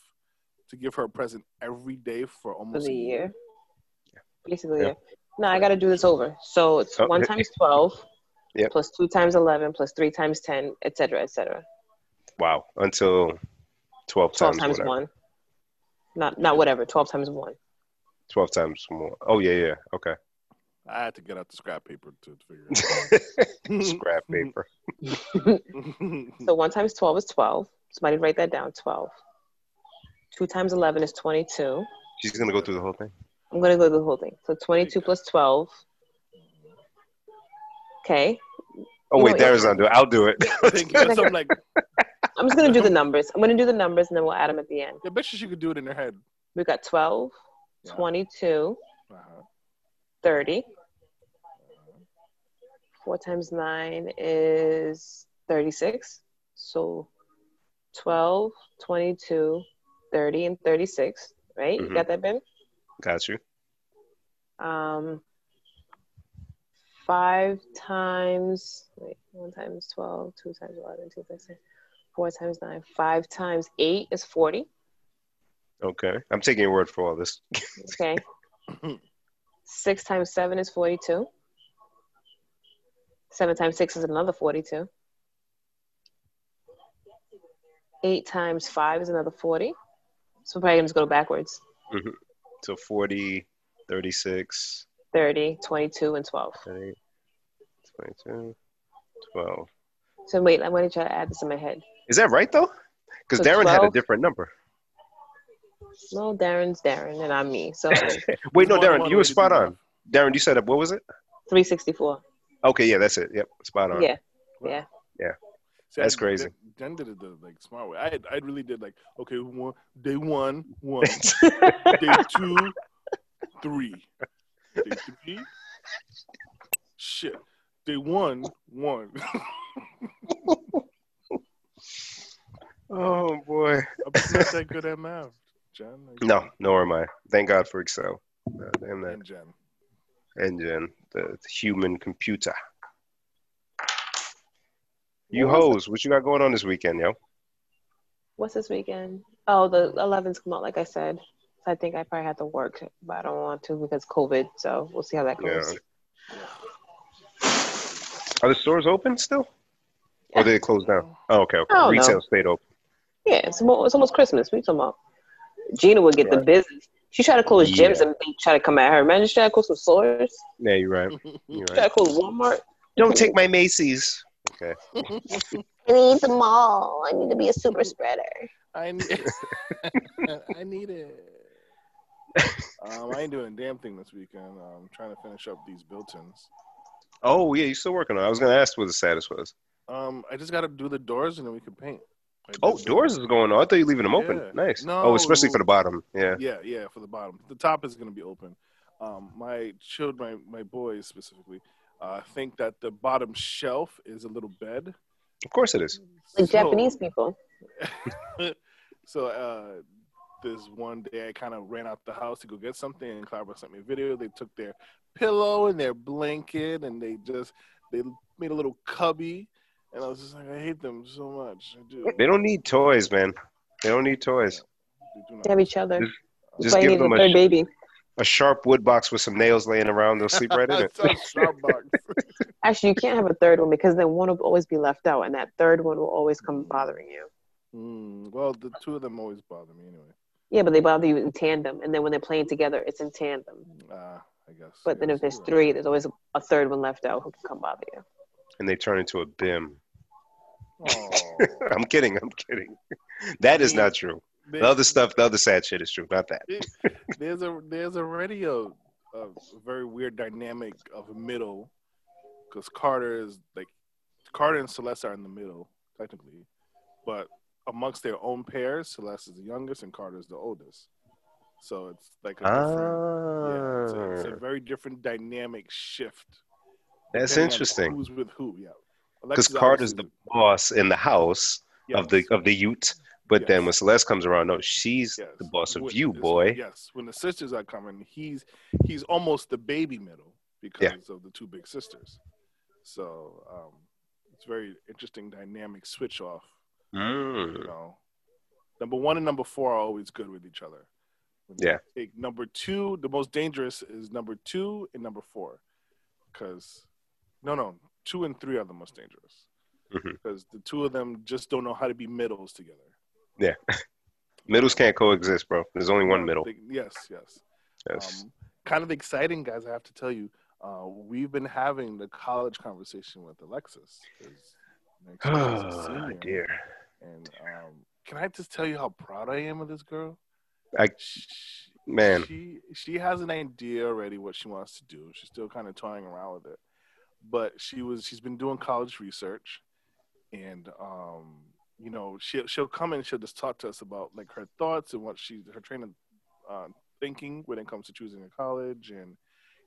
to give her a present every day for for almost the year. Basically, Yeah. yeah. No, I got to do this over. So it's Oh, one hey. times 12, Yeah. plus two times 11, plus three times 10, et cetera, et cetera. Wow. Until twelve, 12 times, times whatever. one. Not, not whatever, 12 times one. Twelve times more. Oh yeah, yeah. Okay. I had to get out the scrap paper to figure it out. Scrap paper. <laughs> So one times 12 is 12. Somebody write that down 12. Two times 11 is 22. She's gonna go through the whole thing. I'm going to go through the whole thing. So 22 plus 12. Okay. Oh wait, No, yeah. Darren's not doing. it. I'll do it. Thank you. So I'm like, I'm just going to do the numbers. I'm going to do the numbers and then we'll add them at the end. I bet you she could do it in her head. We got 12, Yeah. 22, Uh-huh. 30. Four times nine is 36. So 12, 22, 30, and 36, right? Mhm. You got that, Ben? <laughs> Got you. Um, five times, wait, one times 12, two times 11, two times 10, four times nine, five times eight is 40. Okay. I'm taking your word for all this. Okay. six times seven is 42. Seven times six is another 42. Eight times five is another 40. So probably I'm just go backwards So 40, 36, 30, 22, and 12. 38, 22, 12. So wait, I'm going to try to add this in my head. Is that right though? Because So Darren had a 12. different number. No, Darren's Darren and I'm me. So Wait, There's no, more than Darren, one way you were to do spot math. on. Darren, you said up. What was it? 364. Okay, yeah, that's it. Yep, spot on. Yeah. See, That's I- crazy. Jen- Jen did it the like smart way. I I really did like okay, one, day one, <laughs> one, day two, three, day three, shit, day one, one. <laughs> oh boy. I'm just not that good at math, Jen. Like, No, nor am I. Thank God for Excel. God damn that and Jen. engine, the human computer. You What was- hoes, what you got going on this weekend, yo? <laughs> What's this weekend? Oh, the 11s come out, like I said. So I think I probably have to work, but I don't want to because COVID. So we'll see how that goes. Yeah. Are the stores open still? Or did it close down? Oh, okay, okay. I don't know. Retail stayed open. Yeah, it's almost, it's almost Christmas. We talking about Gina would get the Right. business. She tried to close Yeah. gyms and they try to come at her. Imagine she tried to close some stores. Yeah, you're right. <laughs> You're She right. tried to close Walmart. Don't take my Macy's. Okay. I need the mall. I need to be a super spreader. I <laughs> need, <laughs> I need it. Um, I ain't doing a damn thing this weekend. I'm trying to finish up these built-ins. Oh yeah, you're still working on. it. I was gonna ask what the status was. Um, I just got to do the doors and then we can paint. I did Oh, the- doors is going on. I thought you were leaving them open. uh, Yeah. Nice. No. Oh, especially for the bottom. Yeah. Yeah, yeah, for the bottom. The top is going to be open. Um, my child, my my boys specifically, uh, think that the bottom shelf is a little bed. Of course it is. So- Like Japanese people. <laughs> so uh, this one day I kind of ran out the house to go get something, and Cloudburst sent me a video. They took their pillow and their blanket, and they just they made a little cubby, and I was just like, I hate them so much. I do. They don't need toys, man. They don't need toys. They do not. They have each other. That's Just why you give need a them third a, baby. a sharp wood box with some nails laying around. They'll sleep right in it. <laughs> It's a <laughs> Starbucks. Actually, you can't have a third one because then one will always be left out, and that third one will always come bothering you. Mm, well, the two of them always bother me anyway. Yeah, but they bother you in tandem, and then when they're playing together, it's in tandem. Uh, I guess. But then yes, if there's you're right. three, there's always a third one left out who can come bother you. And they turn into a bim. Aw. <laughs> I'm kidding. I'm kidding. <laughs> That is not true. The other stuff, the other sad shit is true. Not that. <laughs> there's a there's already a, a very weird dynamic of middle because Carter is like Carter and Celeste are in the middle technically, but amongst their own pairs, Celeste is the youngest and Carter is the oldest. So it's like a different, yeah, it's, a, it's a Ah, very different dynamic shift. that's depending on interesting. Who's with who? Yeah, Alexa's Because Carter's the obviously boss in the house the- of the yes. of the Ute, but Yes. then when Celeste comes around, no, she's Yes. the boss of When- you, it's- boy. Yes, when the sisters are coming, he's he's almost the baby middle because of the two big sisters. So um, it's very interesting dynamic switch off. You Mm. know, number one and number four are always good with each other. When you Yeah. Take number two. The most dangerous is number two and number four, because no, no, two and three are the most dangerous Mhm. because the two of them just don't know how to be middles together. Middles can't coexist, bro. There's only one middle. They- yes, yes. Yes. Um, kind of exciting, guys. I have to tell you, uh, we've been having the college conversation with Alexis. 'cause next <sighs> year she's a oh senior. dear. And um, can I just tell you how proud I am of this girl? I- She- Man. she she has an idea already what she wants to do. She's still kind of toying around with it, but she was she's been doing college research, and um, you know she she'll come and she'll just talk to us about like her thoughts and what she her train of uh, thinking when it comes to choosing a college, and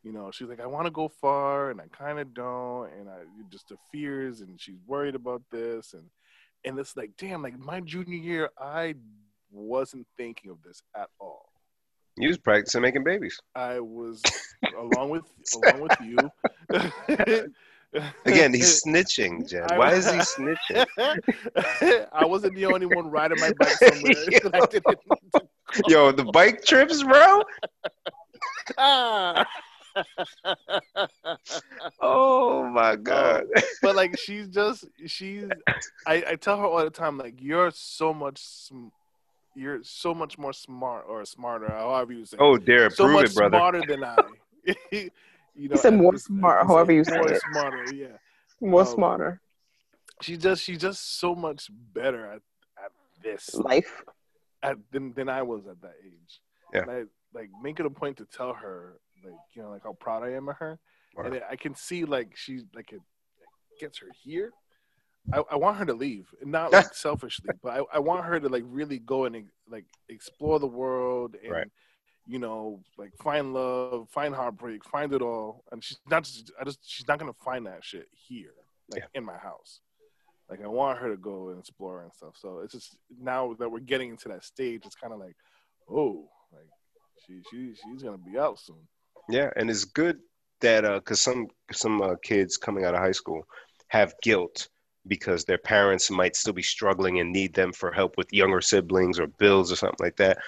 you know she's like I want to go far and I kind of don't, and I just the fears and she's worried about this and and it's like damn like my junior year I wasn't thinking of this at all. You was practicing making babies. I was along with along with you. <laughs> Again, he's snitching, Jen. I- Why is he snitching? <laughs> I wasn't the only one riding my bike somewhere. <laughs> that I didn't need <laughs> to call. Yo, the bike trips, bro? Ah. <laughs> Oh my god. <laughs> but like she's just she's I, I tell her all the time like you're so much sm- you're so much more smart or smarter however you say it. Oh dear, so prove much it, brother. smarter than I. <laughs> you know, He said at more this- smart, he said however you say more it. smarter, yeah. More Um, Oh. smarter. She just she's just so much better at, at this Life. at, than than I was at that age. Yeah. And I like make it a point to tell her like you know like how proud I am of her, Wow. and I can see like she like it gets her here. I, I want her to leave, and not <laughs> like selfishly, but I, I want her to like really go and like explore the world and Right. you know like find love, find heartbreak, find it all. And she's not just I just she's not gonna find that shit here, like in my house. Like I want her to go and explore and stuff. So it's just now that we're getting into that stage, it's kind of like, oh, like she she she's gonna be out soon. Yeah, and it's good that uh, cause some some uh, kids coming out of high school have guilt because their parents might still be struggling and need them for help with younger siblings or bills or something like that,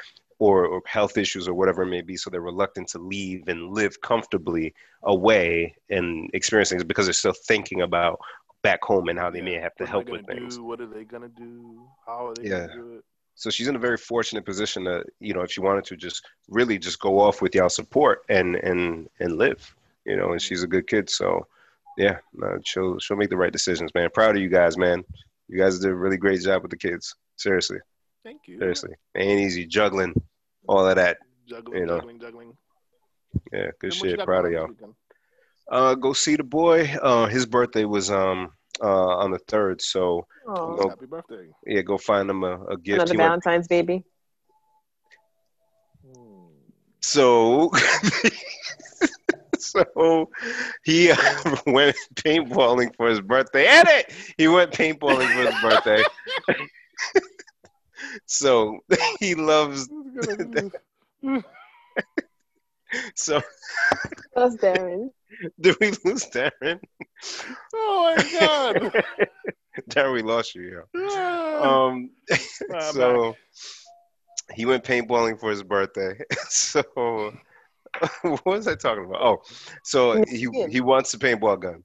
or, or health issues or whatever it may be. So they're reluctant to leave and live comfortably away and experience things because they're still thinking about back home and how they may Yeah. have to What am I help gonna with things. Do? What are they gonna do? How are they Yeah. gonna do it? So she's in a very fortunate position that you know, if she wanted to, just really just go off with y'all support and and and live, you know. And she's a good kid, so yeah, no, she'll she'll make the right decisions, man. Proud of you guys, man. You guys did a really great job with the kids. Seriously, Thank you. seriously, ain't easy juggling all of that. Juggling, You know. juggling, juggling. Yeah, good Then what you shit. got Proud of going on y'all. this weekend? Uh, go see the boy. Uh, his birthday was um uh on the third, so Oh, Nope. Happy birthday. <laughs> yeah, go find him a, a gift. another He went- Valentine's baby. Hmm. So, <laughs> so he uh, <laughs> went paintballing for his birthday. Edit. He went paintballing for his birthday. <laughs> so <laughs> he loves. So <laughs> That's Darren. did we lose Darren? oh my <laughs> god. Darren, we lost you. Yeah. Ah, Um. <laughs> I'm back. so he went paintballing for his birthday. <laughs> so what was I talking about? Oh, so he skin. he wants a paintball gun.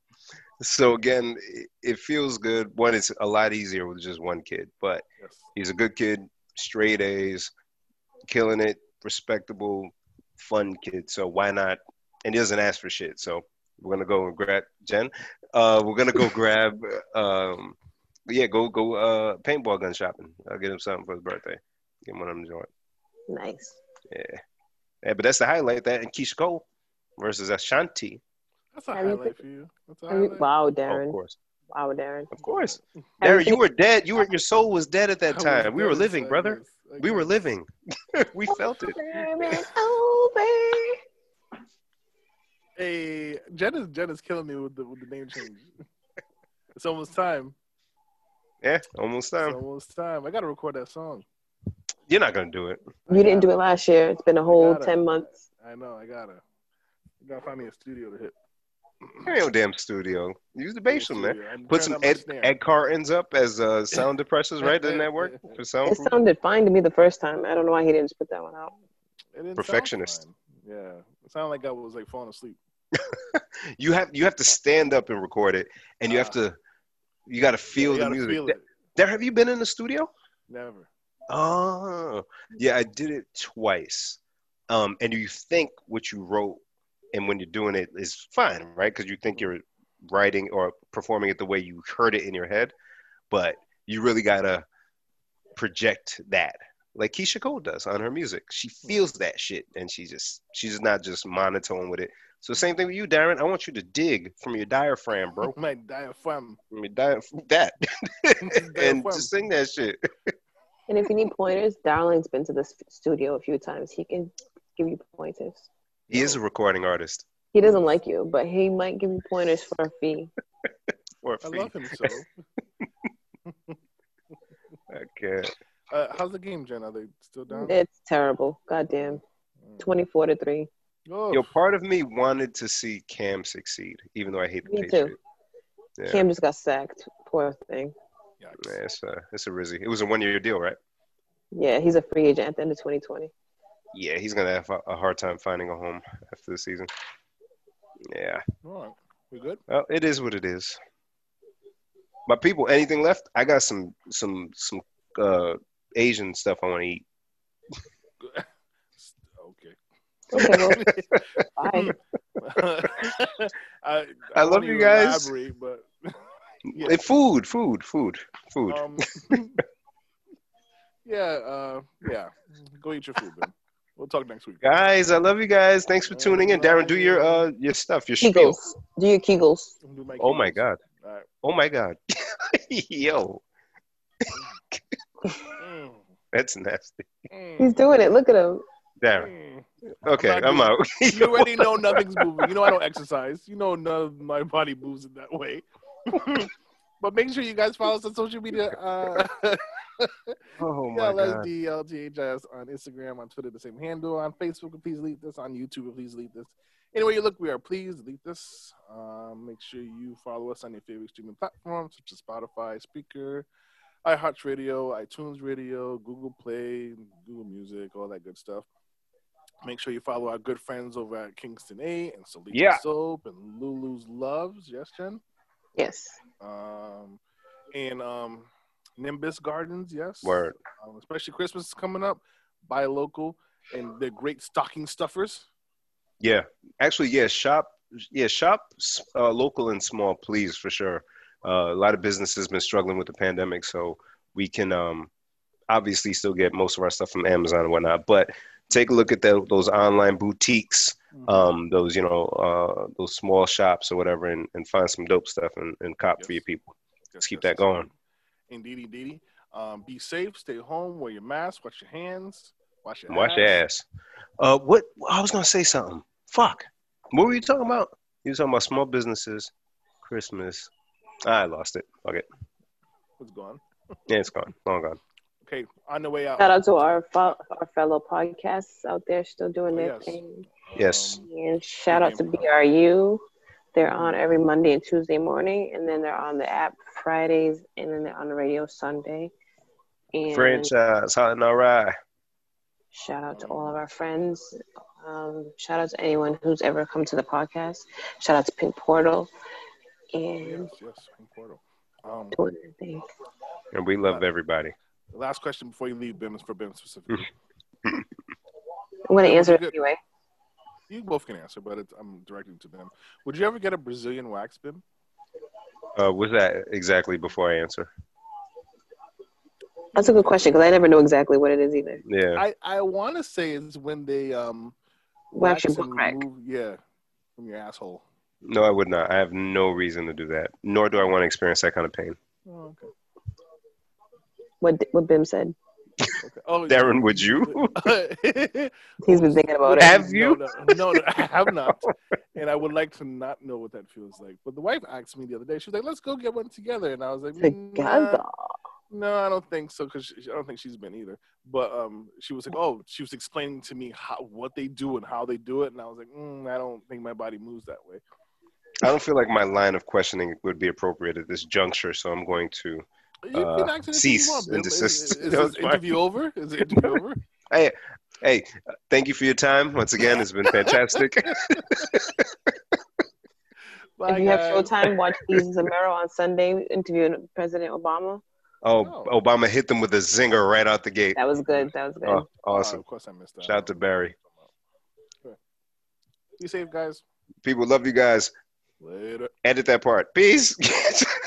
So again, it- it feels good. One, it's a lot easier with just one kid, but Yes. he's a good kid, straight A's, killing it, respectable, fun kid. So why not? And he doesn't ask for shit. So we're gonna go and grab Jen. Uh, we're gonna go grab. <laughs> Um, yeah, go go uh, paintball gun shopping. I'll get him something for his birthday. Get him one of them joint. Nice. Yeah, but that's the highlight. That and Keisha Cole versus Ashanti. That's a Have you highlight been- for you. That's a Have you- highlight. wow, Oh, of Darren. course, wow, Darren. of course. Have Darren, been- you were dead. You were your soul was dead at I that was time. We were nervous, living, I brother. guess, I We were guess. living. <laughs> we felt it. Sermon over. Hey, Jen is Jen is killing me with the with the name change. <laughs> it's almost time. Yeah, almost It's time. almost time. I gotta record that song. You're not gonna do it. You didn't do it last year. It's been a whole gotta. ten months. I know. I gotta. I gotta find me a studio to hit. Hey, yo, damn studio. Use the basement, man. Studio. I'm Put turning some up my Ed, snare. Ed Cartons up as uh, sound depressors, <laughs> right? Doesn't that work for sound? It sounded fine to me the first time. I don't know why he didn't put that one out. It didn't sound Perfectionist. fine. Yeah, it sounded like I was like falling asleep. You have you have to stand up and record it, and you have to you got to feel Ah. You the gotta music. Feel it. There, have you been in the studio? Never. Oh, yeah, I did it twice. Um, and you think what you wrote, and when you're doing it is fine, right? Because you think you're writing or performing it the way you heard it in your head, but you really gotta project that, like Keisha Cole does on her music. She feels that shit, and she just she's not just monotone with it. So same thing with you, Darren. I want you to dig from your diaphragm, bro. My diaphragm. <laughs> From your di- that, <laughs> and Diaphragm. just sing that shit. And if you need pointers, Darling's been to this studio a few times. He can give you pointers. He is a Yo, recording artist. He doesn't like you, but he might give you pointers for a fee. Or a I freak. love <laughs> him so. I can't. Uh, how's the game, Jen? Are they still down? It's terrible. Goddamn. Mm. Twenty-four to three. Oh, Yo, part of me wanted to see Cam succeed, even though I hate the Me too. Patriots. Yeah, Cam just got sacked. Poor thing. yikes. man, it's a it's a rizzy. It was a one year deal, right? Yeah, he's a free agent at the end of 2020. Yeah, he's gonna have a, a hard time finding a home after the season. Yeah, All right. We good? well, it is what it is. My people, anything left? I got some some some uh, Asian stuff I want to eat. Okay. <laughs> Okay, well, bye. I, I love won't you even guys. Elaborate, but Yeah. Eh, Food, food, food, food. <laughs> um, <laughs> yeah, uh, yeah. Go eat your food, then. We'll talk next week. guys, I love you guys. Thanks for tuning in, Darren. Do your uh your stuff, your spiel. Kegels. Do your Kegels. We'll do Oh my god. All right. Oh my god. <laughs> Yo, Mm, that's nasty. He's mm, doing it. Look at him. Darren. mm. Okay, I'm I'm not out. You already know nothing's moving. You know I don't exercise. You know none of my body moves in that way. <laughs> but make sure you guys follow us on social <laughs> media. Uh, <laughs> oh my god. PLSDLGHS on Instagram, on Twitter, the same handle. On Facebook, and please delete this. On YouTube, please delete this. Anywhere you look, we are please delete this. Um, make sure you follow us on your favorite streaming platforms such as Spotify, Speaker, iHeartRadio, iTunes Radio, Google Play, Google Music, all that good stuff. Make sure you follow our good friends over at Kingston A and Salita Yeah. Soap and Lulu's Loves. Yes, Jen? Yes. Um, and um, Nimbus Gardens, yes. Word. Um, especially Christmas is coming up. Buy local, and they're great stocking stuffers. Yeah, actually, yeah, shop, yeah, shop s- uh, local and small, please, for sure. Uh, a lot of businesses been struggling with the pandemic, so we can um, obviously still get most of our stuff from Amazon and whatnot. But take a look at the, those online boutiques, Mm-hmm. um, those you know, uh, those small shops or whatever, and, and find some dope stuff and, and cop for your Yes. people. Yes, keep yes, that going. Indeedy, indeedy. Um, be safe. Stay home. Wear your mask. Wash your hands. Wash your Wash your ass. Uh, what I was gonna say something. Fuck. What were you talking about? You were talking about small businesses, Christmas. I lost it. Fuck it. What's going? on? Yeah, it's gone. Long gone. Okay, on the way out. Shout out to our fo- our fellow podcasts out there still doing their Yes. thing. Yes. Um, And shout out to BRU. They're on every Monday and Tuesday morning, and then they're on the app Fridays, and then they're on the radio Sunday. And Franchise, hot all right. shout out to all of our friends. Um, shout out to anyone who's ever come to the podcast. Shout out to Pink Portal. oh, And yes, yes. Pink Portal. Um, doing their thing. And we love everybody. last question before you leave, Bim, is for Bim specifically. Hmm. I'm going to answer it Good. anyway. you both can answer, but it's, I'm directing to Bim. Would you ever get a Brazilian wax, Bim? Uh, what's that exactly before I answer? That's a good question because I never know exactly what it is either. Yeah. I, I want to say it's when they um Wax your butt and crack. remove- yeah, from your asshole. No, I would not. I have no reason to do that. Nor do I want to experience that kind of pain. Oh, okay. What, what Bim said. okay. Oh, Darren, would you? <laughs> <laughs> He's been thinking about it. Have you? No, no, no, no, I have not. And I would like to not know what that feels like. But the wife asked me the other day. She was like, "Let's go get one together," and I was like, "Nah, Together. No, I don't think so because I don't think she's been either. But um, she was like, oh, she was explaining to me how what they do and how they do it, and I was like, mm, I don't think my body moves that way. I don't feel like my line of questioning would be appropriate at this juncture, so I'm going to. You can Uh, actually cease and Bill. Is, is, desist. is <laughs> That this was fine. interview over? Is the interview <laughs> over? Hey, uh, thank you for your time. Once again, it's been fantastic. Bye, If you have guys. Showtime, watch Jesus and Mero on Sunday interviewing President Obama. oh, Obama hit them with a zinger right out the gate. That was good. That was good. Oh, Oh, awesome. of course, I missed that. Shout out to Barry. Okay. Be safe, guys. People love you guys. Later. Edit that part. Peace. <laughs>